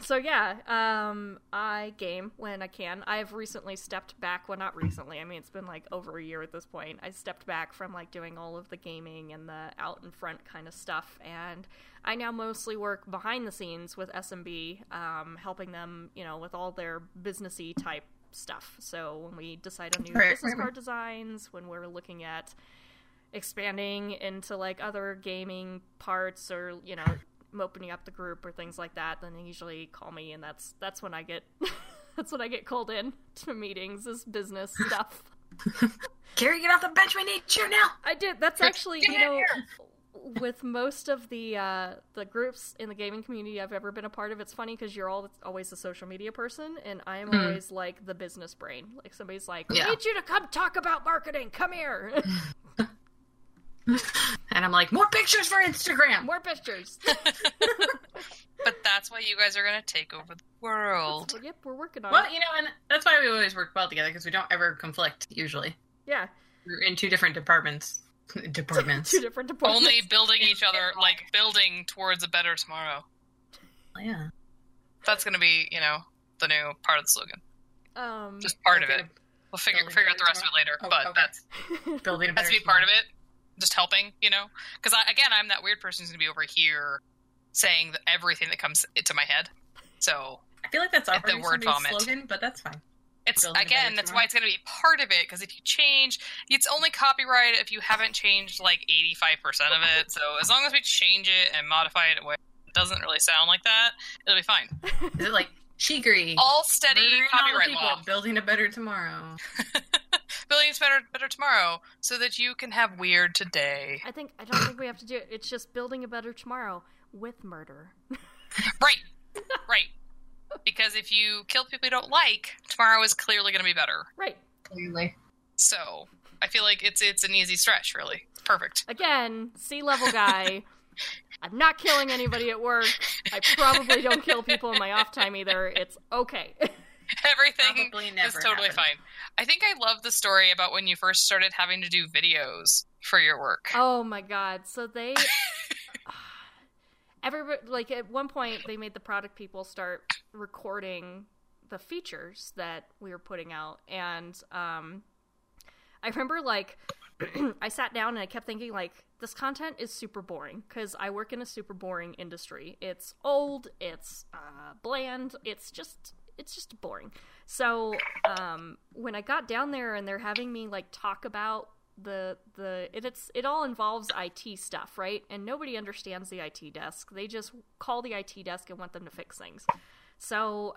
Speaker 1: so yeah, um, I game when I can. I've recently stepped back. Well, not recently. I mean, it's been like over a year at this point. I stepped back from like doing all of the gaming and the out in front kind of stuff, and I now mostly work behind the scenes with SMB, um, helping them, you know, with all their businessy type stuff. So when we decide on new
Speaker 2: Right,
Speaker 1: business
Speaker 2: right, right.
Speaker 1: card designs, when we're looking at expanding into like other gaming parts or you know opening up the group or things like that then they usually call me and that's that's when i get that's when i get called in to meetings is business stuff
Speaker 2: Carrie, get off the bench. We need you now.
Speaker 1: i did that's actually
Speaker 3: Get
Speaker 1: you
Speaker 3: in
Speaker 1: know with most of the uh the groups in the gaming community i've ever been a part of it's funny because you're all always the social media person and i am
Speaker 2: Hmm.
Speaker 1: always like the business brain like somebody's like we
Speaker 2: Yeah.
Speaker 1: need you to come talk about marketing come here
Speaker 2: And I'm like, more pictures for Instagram.
Speaker 1: more pictures
Speaker 3: But that's why you guys are going to take over the world.
Speaker 1: yep we're working on
Speaker 2: Well,
Speaker 1: it
Speaker 2: you know, and that's why we always work well together because we don't ever conflict usually.
Speaker 1: yeah
Speaker 2: We're in two different departments. departments.
Speaker 1: two different departments
Speaker 3: Only building each other, like building towards a better tomorrow.
Speaker 2: yeah.
Speaker 3: That's going to be, you know, the new part of the slogan.
Speaker 1: Um,
Speaker 3: Just part of it. We'll figure
Speaker 2: Building
Speaker 3: figure out the
Speaker 2: towards
Speaker 3: rest of it later.
Speaker 2: Oh,
Speaker 3: but
Speaker 2: okay.
Speaker 3: that's
Speaker 2: Building a
Speaker 3: that's to be part of it. Just helping, you know, because I, again, I'm that weird person who's going to be over here saying that everything that comes into my head. So
Speaker 2: I feel like that's
Speaker 3: Get the
Speaker 2: already
Speaker 3: word
Speaker 2: somebody's
Speaker 3: vomit.
Speaker 2: slogan, but that's fine.
Speaker 3: It's
Speaker 2: Building a
Speaker 3: again,
Speaker 2: better
Speaker 3: that's
Speaker 2: tomorrow.
Speaker 3: why it's going to be part of it because if you change, it's only copyright if you haven't changed like 85% of it. So as long as we change it and modify it, where it doesn't really sound like that, it'll be fine.
Speaker 2: Is it like Chigri?
Speaker 3: All steady
Speaker 2: murdering all the
Speaker 3: copyright
Speaker 2: people,
Speaker 3: law.
Speaker 2: Building a better tomorrow.
Speaker 3: Billions better better tomorrow so that you can have weird today.
Speaker 1: I think I don't think we have to do it. It's just building a better tomorrow with murder.
Speaker 3: Right. Right. Because if you kill people you don't like, tomorrow is clearly going to be better.
Speaker 1: Right.
Speaker 5: Clearly.
Speaker 3: So, I feel like it's it's an easy stretch really. It's perfect.
Speaker 1: Again, sea level guy. I'm not killing anybody at work. I probably don't kill people in my off time either. It's okay.
Speaker 3: Everything
Speaker 2: Probably never.
Speaker 3: It's totally
Speaker 2: happened.
Speaker 3: fine. I think I love the story about when you first started having to do videos for your work.
Speaker 1: Oh my god. So they everybody like at one point they made the product people start recording the features that we were putting out and um I remember like I sat down and I kept thinking like this content is super boring cuz I work in a super boring industry. It's old, it's uh bland, it's just it's just boring. So, um when I got down there and they're having me like talk about the the it, it's it all involves IT stuff, right? And nobody understands the IT desk. They just call the IT desk and want them to fix things. So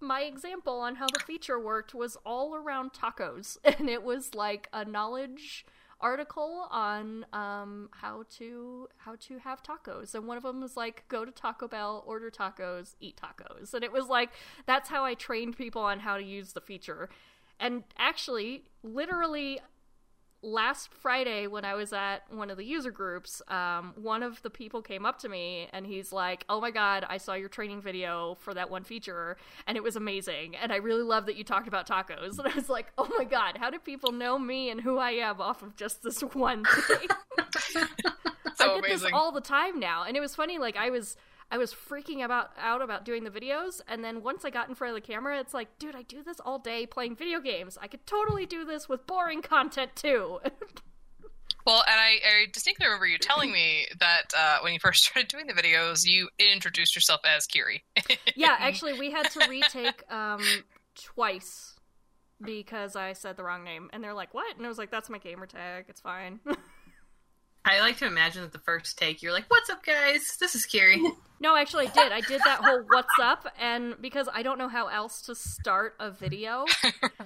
Speaker 1: my example on how the feature worked was all around tacos, and it was like a knowledge article on um, how to how to have tacos. And one of them was like, go to Taco Bell, order tacos, eat tacos. And it was like that's how I trained people on how to use the feature. And actually, literally last Friday when I was at one of the user groups, um, one of the people came up to me and he's like, "Oh my god, I saw your training video for that one feature, and it was amazing, and I really love that you talked about tacos." And I was like, "Oh my god, how do people know me and who I am off of just this one thing?" I
Speaker 3: So
Speaker 1: get
Speaker 3: amazing.
Speaker 1: this all the time now, and it was funny. Like I was. I was freaking about out about doing the videos, and then once I got in front of the camera, it's like, dude, I do this all day playing video games. I could totally do this with boring content too.
Speaker 3: Well, and I, I distinctly remember you telling me that uh, when you first started doing the videos, you introduced yourself as Kiri.
Speaker 1: yeah, actually, we had to retake um, twice because I said the wrong name, and they're like, "What?" And I was like, "That's my gamer tag. It's fine."
Speaker 2: I like to imagine that the first take, you're like, "What's up, guys? This is Carrie."
Speaker 1: no, actually, I did. I did that whole "What's up?" and because I don't know how else to start a video,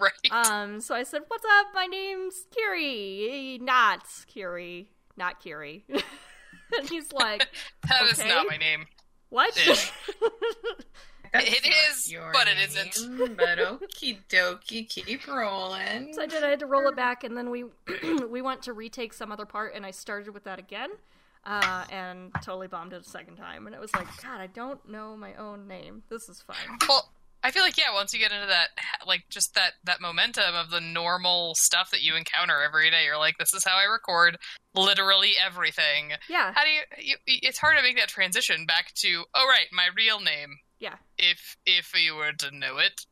Speaker 3: right.
Speaker 1: um, so I said, "What's up? My name's Kiri, not Kiri, not Kiri." and he's like,
Speaker 3: that is
Speaker 1: okay.
Speaker 3: not my name.
Speaker 1: "What?"
Speaker 3: Ish.
Speaker 2: That's
Speaker 3: It
Speaker 2: not
Speaker 3: is,
Speaker 2: your
Speaker 3: but it
Speaker 2: name,
Speaker 3: isn't.
Speaker 2: But okie dokie, keep rolling.
Speaker 1: So I did. I had to roll it back, and then we we went to retake some other part, and I started with that again, uh, and totally bombed it a second time. And it was like, God, I don't know my own name. This is fun.
Speaker 3: Well, I feel like yeah. Once you get into that, like just that that momentum of the normal stuff that you encounter every day, you're like, this is how I record literally everything.
Speaker 1: Yeah,
Speaker 3: How do you? you it's hard to make that transition back to oh right, my real name.
Speaker 1: yeah.
Speaker 3: If if you were to know it,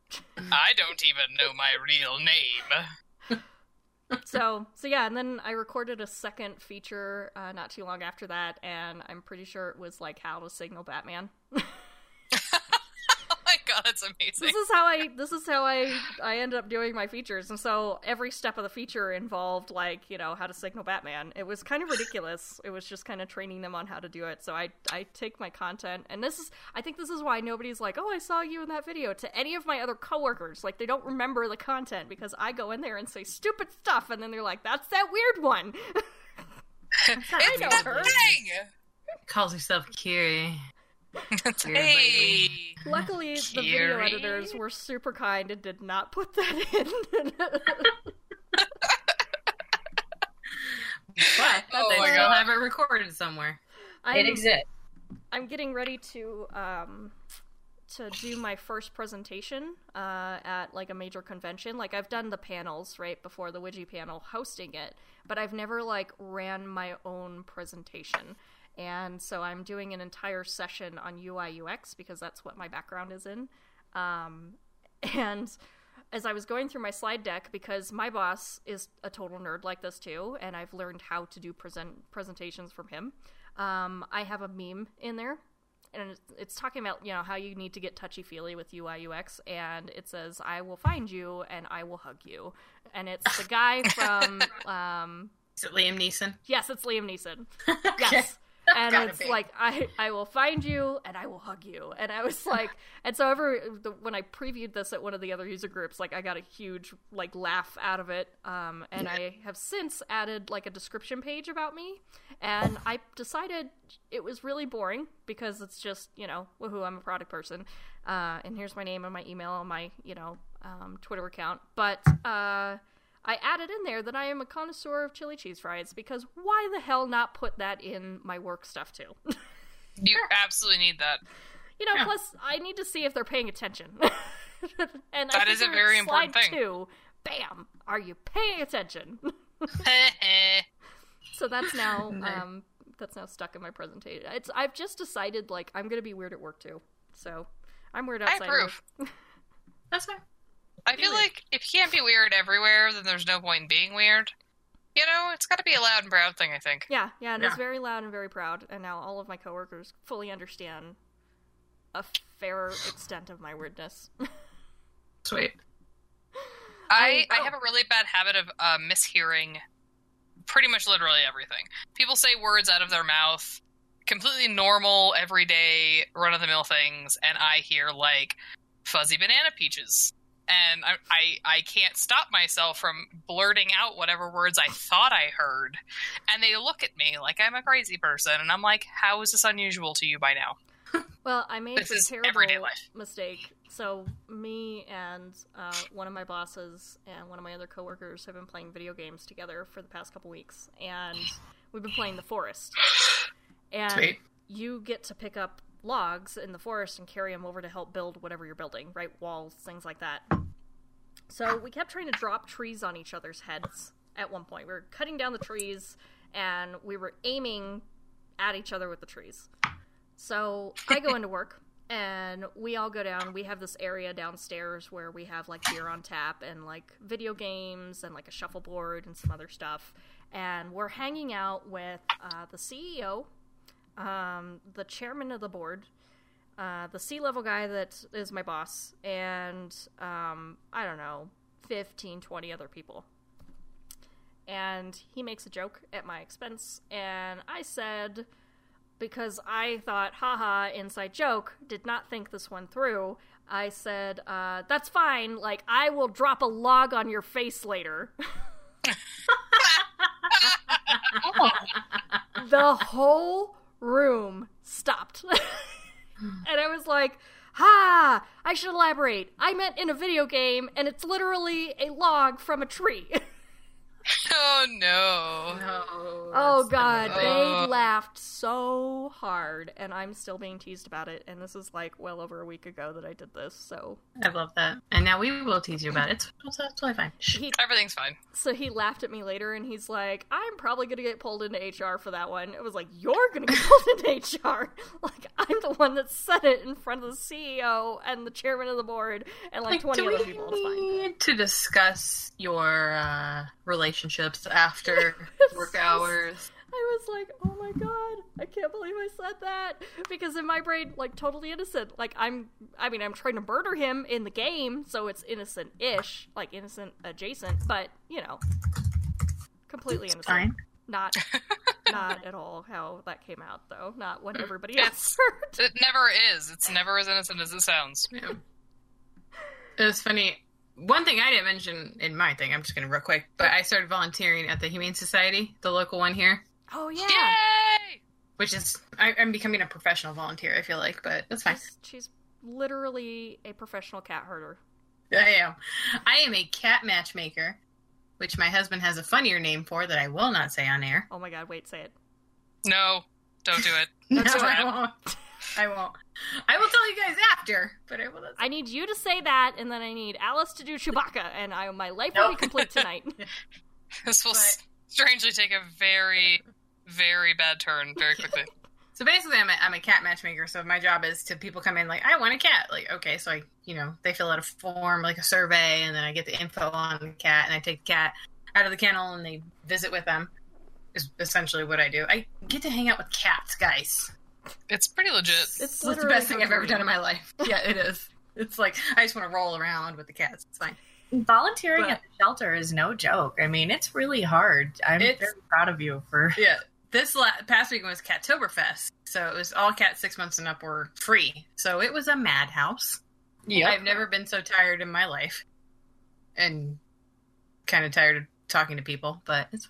Speaker 3: I don't even know my real name.
Speaker 1: So so yeah, and then I recorded a second feature uh, not too long after that, and I'm pretty sure it was like how to signal Batman.
Speaker 3: Oh my god, that's amazing.
Speaker 1: this is how I this is how I I ended up doing my features, and so every step of the feature involved like you know how to signal Batman. It was kind of ridiculous. It was just kind of training them on how to do it. So I I take my content, and this is I think this is why nobody's like, oh, I saw you in that video to any of my other coworkers. Like they don't remember the content because I go in there and say stupid stuff, and then they're like, that's that weird one. I know
Speaker 3: That
Speaker 1: her.
Speaker 3: thing.
Speaker 2: Calls herself Carrie. You're a
Speaker 3: Hey.
Speaker 2: lady.
Speaker 1: Luckily, the video
Speaker 2: Jerry?
Speaker 1: editors were super kind and did not put that in.
Speaker 2: But
Speaker 3: Oh
Speaker 2: they
Speaker 3: my
Speaker 2: still
Speaker 3: God.
Speaker 2: have it recorded somewhere.
Speaker 5: It
Speaker 1: I'm-
Speaker 5: exists.
Speaker 1: I'm getting ready to um to do my first presentation uh, at like a major convention. Like I've done the panels right before the Ouija panel hosting it, but I've never like ran my own presentation. And so I'm doing an entire session on UI UX because that's what my background is in. Um, and as I was going through my slide deck, because my boss is a total nerd like this too, and I've learned how to do present presentations from him. Um, I have a meme in there, and it's, it's talking about you know how you need to get touchy feely with UI UX, and it says, "I will find you and I will hug you," and it's the guy from um,
Speaker 2: Is it Liam Neeson?
Speaker 1: Yes, it's Liam Neeson. Yes. And
Speaker 2: Gotta
Speaker 1: it's
Speaker 2: be.
Speaker 1: like I, I will find you and I will hug you and I was like and so ever the, when I previewed this at one of the other user groups like I got a huge like laugh out of it um, and I have since added like a description page about me and I decided it was really boring because it's just you know woohoo I'm a product person uh, and here's my name and my email and my you know um, Twitter account but uh, I added in there that I am a connoisseur of chili cheese fries because why the hell not put that in my work stuff too?
Speaker 3: You absolutely need that.
Speaker 1: you know,
Speaker 2: Yeah.
Speaker 1: plus I need to see if they're paying attention. and I
Speaker 3: That is a
Speaker 1: figure
Speaker 3: very
Speaker 1: it's slide
Speaker 3: important thing.
Speaker 1: Two, bam, are you paying attention? so that's now um, that's now stuck in my presentation. It's I've just decided like I'm gonna be weird at work too. So I'm weird
Speaker 3: I
Speaker 1: outside. of
Speaker 3: approve.
Speaker 1: work.
Speaker 2: That's fine.
Speaker 3: I feel like if you can't be weird everywhere, then there's no point in being weird. You know, it's got to be a loud and proud thing, I think.
Speaker 1: Yeah, yeah, and it's
Speaker 2: Yeah.
Speaker 1: very loud and very proud. And now all of my coworkers fully understand a fair extent of my weirdness.
Speaker 2: Sweet.
Speaker 3: I,
Speaker 1: I- oh,
Speaker 3: I have a really bad habit of uh, mishearing pretty much literally everything. People say words out of their mouth, completely normal, everyday, run of the mill things, and I hear like fuzzy banana peaches. And I, I, I can't stop myself from blurting out whatever words I thought I heard. And they look at me like I'm a crazy person. And I'm like, how is this unusual to you by now?
Speaker 1: Well, I made
Speaker 3: This
Speaker 1: a
Speaker 3: is
Speaker 1: terrible
Speaker 3: everyday life.
Speaker 1: mistake. So me and uh, one of my bosses and one of my other coworkers have been playing video games together for the past couple weeks, and we've been playing The Forest. And
Speaker 2: Sweet.
Speaker 1: you get to pick up logs in the forest and carry them over to help build whatever you're building, right? Walls, things like that. So we kept trying to drop trees on each other's heads at one point. We were cutting down the trees and we were aiming at each other with the trees. So I go into work and we all go down. We have this area downstairs where we have like beer on tap and like video games and like a shuffleboard and some other stuff. And we're hanging out with uh, the CEO, um, the chairman of the board, uh, the C level guy that is my boss, and um, I don't know, 15, 20 other people. And he makes a joke at my expense, and I said, because I thought, haha, inside joke, did not think this one through. I said, uh, that's fine, like, I will drop a log on your face later. the whole room stopped. and I was like, ha, I should elaborate. I meant in a video game, and it's literally a log from a tree.
Speaker 3: Oh no.
Speaker 2: No.
Speaker 1: oh,
Speaker 2: that's
Speaker 1: God.
Speaker 2: amazing.
Speaker 1: They laughed so hard, and I'm still being teased about it. And this is like well over a week ago that I did this. So
Speaker 2: I love that. And now we will tease you about it. It's, it's totally fine. Shh.
Speaker 1: he,
Speaker 3: Everything's fine.
Speaker 1: so he laughed at me later, and he's like, I'm probably going to get pulled into HR for that one. It was like, You're going to get pulled into HR. Like, I'm the one that said it in front of the CEO and the chairman of the board and like, 20
Speaker 2: do we
Speaker 1: other people. It's fine.
Speaker 2: need to discuss your uh, relationships after work hours?
Speaker 1: I was like, oh my god, I can't believe I said that. Because in my brain, like totally innocent. Like I'm I mean, I'm trying to murder him in the game, so it's innocent ish, like innocent adjacent, but you know. Completely innocent.
Speaker 4: fine.
Speaker 1: Not not at all how that came out though. Not
Speaker 2: Mm.
Speaker 1: what everybody else
Speaker 3: It's-
Speaker 1: heard.
Speaker 3: It never is. It's never as innocent as it sounds.
Speaker 2: Yeah. It was funny. One thing I didn't mention in my thing, I'm just going to real quick, but I started volunteering at the Humane Society, the local one here,
Speaker 1: Oh yeah.
Speaker 3: Yay!
Speaker 2: which is, I, I'm becoming a professional volunteer, I feel like, but that's fine.
Speaker 1: She's, she's literally a professional cat herder.
Speaker 2: I am. I am a cat matchmaker, which my husband has a funnier name for that I will not say on air.
Speaker 1: Oh my god, wait, say it.
Speaker 3: No, don't do it.
Speaker 2: No,
Speaker 3: all right.
Speaker 2: I won't. I won't. I will tell you guys after, but I will not
Speaker 1: I need you to say that, and then I need Alice to do Chewbacca, and I my life will be complete tonight.
Speaker 3: This will s strangely take a very, very bad turn very quickly.
Speaker 2: So basically, I'm a, I'm a cat matchmaker. So my job is to people come in like, I want a cat. Like, okay, so I, you know, they fill out a form, like a survey, and then I get the info on the cat, and I take the cat out of the kennel, and they visit with them. Is essentially what I do. I get to hang out with cats, guys.
Speaker 3: It's pretty legit.
Speaker 1: It's
Speaker 2: That's the
Speaker 1: literally
Speaker 2: best thing I've ever
Speaker 1: recording.
Speaker 2: done in my life. Yeah, it is. It's like I just want to roll around with the cats. It's fine.
Speaker 4: Volunteering
Speaker 2: But-
Speaker 4: at the shelter is no joke. I mean, it's really hard. I'm
Speaker 2: It's-
Speaker 4: very proud of you for.
Speaker 2: Yeah. This la- past weekend was Cattoberfest, so it was all cats six months and up were free. So it was a madhouse. I've never been so tired in my life, and kind of tired of talking to people, but it's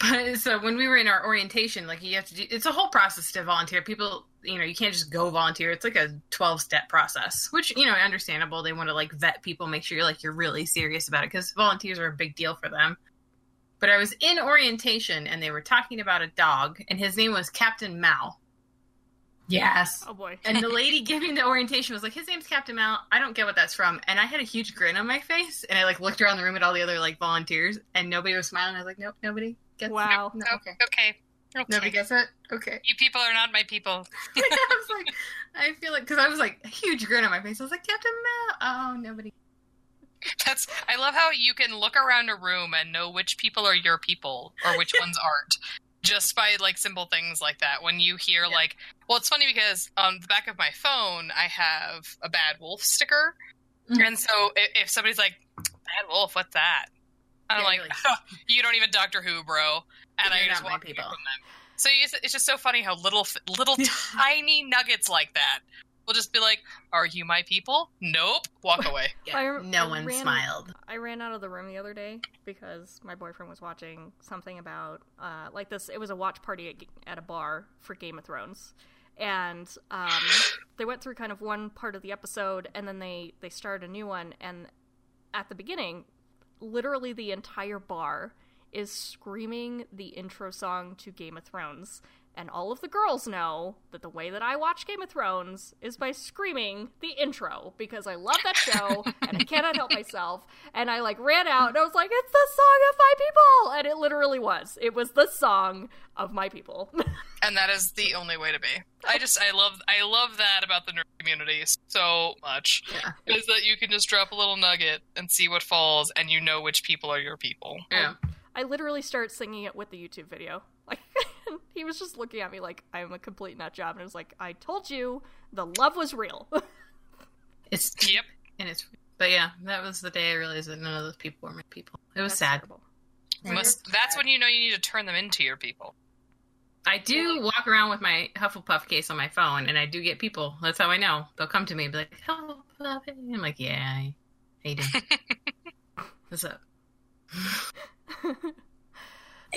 Speaker 2: fine. But so when we were in our orientation, like you have to do, it's a whole process to volunteer. People, you know, you can't just go volunteer. It's like a twelve step process, which you know, understandable. They want to like vet people, make sure you're like you're really serious about it because volunteers are a big deal for them. But I was in orientation and they were talking about a dog, and his name was Captain Mal.
Speaker 4: Yes.
Speaker 1: Oh boy.
Speaker 2: And the lady giving the orientation was like, "His name's Captain Mal. I don't get what that's from." And I had a huge grin on my face, and I like looked around the room at all the other like volunteers, and nobody was smiling. I was like, "Nope, nobody gets
Speaker 1: Wow.
Speaker 2: it. No,
Speaker 3: okay.
Speaker 2: okay,
Speaker 3: Okay.
Speaker 2: nobody gets it. Okay."
Speaker 3: You people are not my people.
Speaker 2: I was like, I feel like because I was like a huge grin on my face. I was like, "Captain Mal. Oh, nobody."
Speaker 3: That's. I love how you can look around a room and know which people are your people or which ones aren't, just by like simple things like that. When you hear
Speaker 2: Yeah.
Speaker 3: like, well, it's funny because on the back of my phone I have a bad wolf sticker,
Speaker 2: Mhm.
Speaker 3: and so if, if somebody's like, "Bad wolf, what's that?" And I'm
Speaker 2: Yeah,
Speaker 3: like,
Speaker 2: you're
Speaker 3: "You don't even Doctor Who, bro," and I
Speaker 2: You're
Speaker 3: just
Speaker 2: not my
Speaker 3: walk away
Speaker 2: people.
Speaker 3: from them. So you, it's just so funny how little f- little tiny nuggets like that will just be like, "Are you my people?" Nope, walk away.
Speaker 2: Yeah,
Speaker 1: I rem-
Speaker 2: no
Speaker 1: I
Speaker 2: one
Speaker 1: ran-
Speaker 2: smiled.
Speaker 1: I ran out of the room the other day because my boyfriend was watching something about uh, like this. It was a watch party at, at a bar for Game of Thrones, and um, they went through kind of one part of the episode and then they they started a new one and at the beginning literally the entire bar is screaming the intro song to game of thrones and all of the girls know that the way that I watch Game of Thrones is by screaming the intro because I love that show and I cannot help myself. And I like ran out and I was like, it's the song of my people. And it literally was. It was the song of my people.
Speaker 3: and that is the only way to be. I just I love I love that about the nerd community so much is that you can just drop a little nugget and see what falls, and you know which people are your people.
Speaker 2: Yeah.
Speaker 1: I literally started singing it with the YouTube video. Like he was just looking at me like I'm a complete nut job and I was like, I told you the love was real.
Speaker 2: It's
Speaker 3: Yep.
Speaker 2: and it's but yeah, that was the day I realized that none of those people were my people. It was
Speaker 1: That's
Speaker 2: sad.
Speaker 1: terrible.
Speaker 3: Must, that's when you know you need to turn them into your people.
Speaker 2: I do walk around with my Hufflepuff case on my phone, and I do get people. That's how I know they'll come to me and be like Hufflepuff. And I'm like, yeah, how you doing? What's up?
Speaker 5: I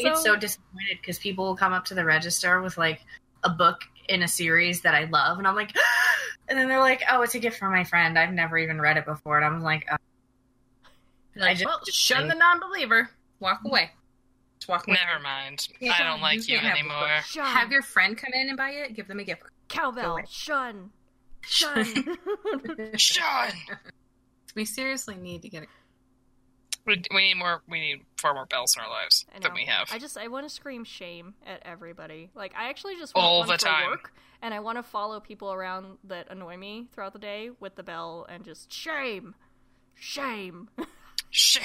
Speaker 5: get so disappointed because people will come up to the register with like a book in a series that I love, and I'm like, and then they're like, "Oh, it's a gift from my friend. I've never even read it before," and I'm like, oh,
Speaker 2: They're Like,
Speaker 5: I just-
Speaker 2: well, shun the non-believer. Walk away. Just walk away.
Speaker 3: Never mind.
Speaker 2: Yeah,
Speaker 3: I don't like
Speaker 2: you
Speaker 3: you
Speaker 2: can't have
Speaker 3: anymore.
Speaker 1: Shun,
Speaker 2: Have your friend come in and buy it. Give them a gift.
Speaker 1: cowbell,
Speaker 2: away.
Speaker 1: shun, shun.
Speaker 3: Sean,
Speaker 2: We seriously need to get it.
Speaker 3: we, we need more. We need far more bells in our lives
Speaker 1: I
Speaker 3: than
Speaker 1: know.
Speaker 3: we have.
Speaker 1: I just I want to scream shame at everybody. Like I actually just want
Speaker 3: All
Speaker 1: one
Speaker 3: the
Speaker 1: for
Speaker 3: time.
Speaker 1: work, and I want to follow people around that annoy me throughout the day with the bell and just shame, shame.
Speaker 3: Shame,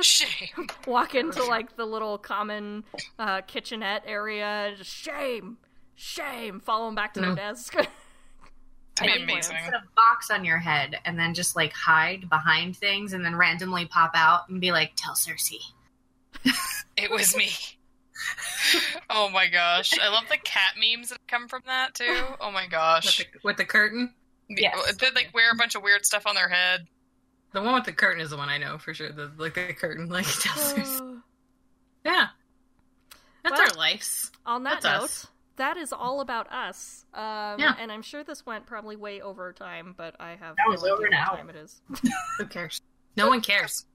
Speaker 3: shame.
Speaker 1: Walk into like the little common uh, kitchenette area, and just shame, shame. Follow them back to their
Speaker 2: No.
Speaker 1: desk.
Speaker 3: That'd be
Speaker 1: Anyway,
Speaker 3: amazing.
Speaker 5: put a box on your head, and then just like hide behind things, and then randomly pop out and be like, "Tell Cersei."
Speaker 3: It was me. oh my gosh. I love the cat memes that come from that too. Oh my
Speaker 2: With
Speaker 3: gosh.
Speaker 2: the, with the curtain.
Speaker 3: Yeah, They like wear a bunch of weird stuff on their head.
Speaker 2: The one with the curtain is the one I know for sure. The like the curtain, like tells us. Yeah, that's
Speaker 1: Well-
Speaker 2: our lives.
Speaker 1: On that
Speaker 2: That's
Speaker 1: note,
Speaker 2: us.
Speaker 1: that is all about us. Um,
Speaker 2: Yeah.
Speaker 1: And I'm sure this went probably way over time, but I have
Speaker 5: That
Speaker 1: no
Speaker 5: was
Speaker 1: idea
Speaker 5: over
Speaker 1: what
Speaker 5: now.
Speaker 1: time it is.
Speaker 2: Who cares? No one cares.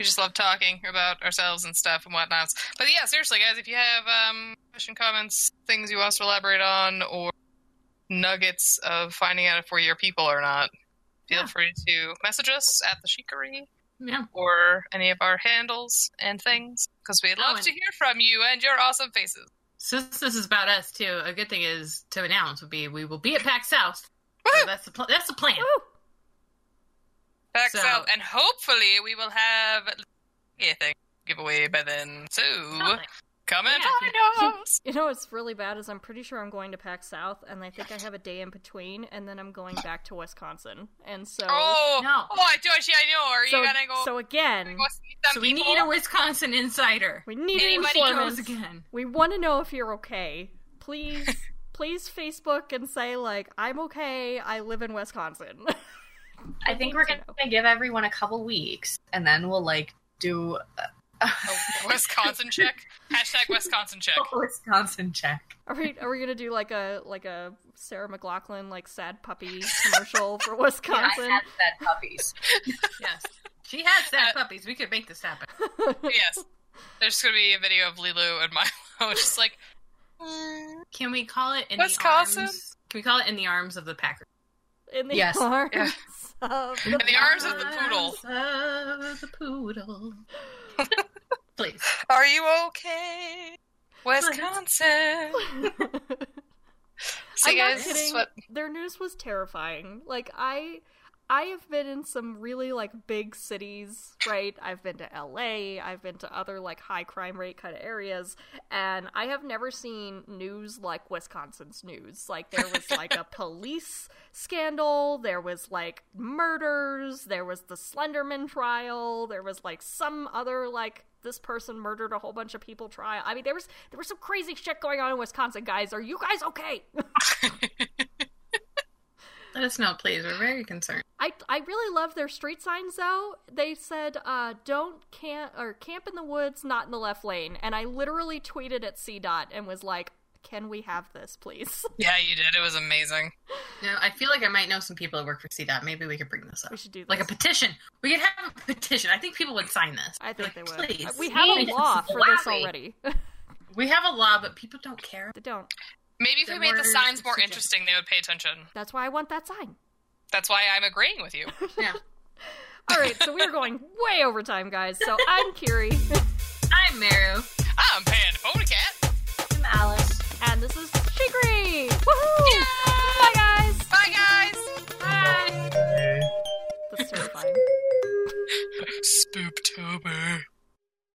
Speaker 3: We just love talking about ourselves and stuff and whatnot. But yeah, seriously, guys, if you have um, question, comments, things you want us to elaborate on, or nuggets of finding out if we're your people or not, feel
Speaker 2: Yeah.
Speaker 3: free to message us at the Chicory
Speaker 2: Yeah.
Speaker 3: or any of our handles and things because we'd love
Speaker 2: Oh, and-
Speaker 3: to hear from you and your awesome faces.
Speaker 2: Since this is about us too, a good thing is to announce would be we will be at PAX South. So that's the pl- that's the plan.
Speaker 1: Woo!
Speaker 3: Back
Speaker 2: So-
Speaker 3: south, and hopefully we will have a thing giveaway by then. So
Speaker 4: Oh,
Speaker 2: Something.
Speaker 3: come and
Speaker 2: Yeah.
Speaker 3: find us.
Speaker 1: You know what's really bad is I'm pretty sure I'm going to Pack South, and I think I have a day in between, and then I'm going back to Wisconsin, and so
Speaker 3: Oh,
Speaker 2: No.
Speaker 3: oh, I do. Actually, I know. Are
Speaker 1: so,
Speaker 3: you gonna go?
Speaker 1: so again,
Speaker 3: go see some
Speaker 2: So we
Speaker 3: people?
Speaker 2: need a Wisconsin insider.
Speaker 1: we need an
Speaker 3: Anybody
Speaker 1: informant.
Speaker 2: Goes again.
Speaker 1: We want to know if you're okay. Please, please Facebook and say like I'm okay. I live in Wisconsin.
Speaker 5: I think we're gonna give everyone a couple weeks, and then we'll like do
Speaker 3: A Oh, Wisconsin check. Hashtag Wisconsin check.
Speaker 5: a Wisconsin check.
Speaker 1: Are we are we gonna do like a like a Sarah McLaughlin like sad puppy commercial for Wisconsin?
Speaker 5: I had said puppies.
Speaker 2: Yes. She has sad puppies. We could make this happen.
Speaker 3: Yes. There's gonna be a video of Lilu and Milo just like
Speaker 2: Can we call it in
Speaker 3: Wisconsin?
Speaker 2: the arms? Can we call it in the arms of the Packers?
Speaker 1: In the
Speaker 5: Yes.
Speaker 1: arms
Speaker 3: Yeah.
Speaker 1: of
Speaker 3: in the arms of the poodle.
Speaker 2: Arms Of the poodle. Please.
Speaker 3: Are you okay, Wisconsin? See,
Speaker 1: I'm not
Speaker 3: guys, this is
Speaker 1: kidding.
Speaker 3: what
Speaker 1: Their news was terrifying. Like I I have been in some really like big cities, right? I've been to LA, I've been to other like high crime rate kind of areas, and I have never seen news like Wisconsin's news. Like there was like a police scandal, there was like murders, there was the Slenderman trial, there was like some other like this person murdered a whole bunch of people trial. I mean there was there was some crazy shit going on in Wisconsin, guys. Are you guys okay?
Speaker 2: Let us know, please. We're very concerned.
Speaker 1: I, I really love their street signs though. They said uh, don't camp or camp in the woods, not in the left lane. And I literally tweeted at C dot and was like, can we have this, please?
Speaker 3: Yeah, you did. It was amazing.
Speaker 2: No, I feel like I might know some people that work for CDOT. Maybe we could bring this up.
Speaker 1: We should do this.
Speaker 2: Like a petition. We could have a petition. I think people would sign this.
Speaker 1: I think they
Speaker 2: Like,
Speaker 1: would.
Speaker 2: Please.
Speaker 1: We have a
Speaker 2: please,
Speaker 1: law for this
Speaker 2: allow me.
Speaker 1: already.
Speaker 2: We have a law, but people don't care.
Speaker 1: they don't.
Speaker 3: Maybe if
Speaker 2: The
Speaker 3: we made the
Speaker 2: more
Speaker 3: signs more
Speaker 2: suggestion.
Speaker 3: interesting, they would pay attention.
Speaker 1: That's why I want that sign.
Speaker 3: That's why I'm agreeing with you.
Speaker 2: Yeah.
Speaker 1: All right, so we are going way over time, guys. So I'm Kiri.
Speaker 3: Um,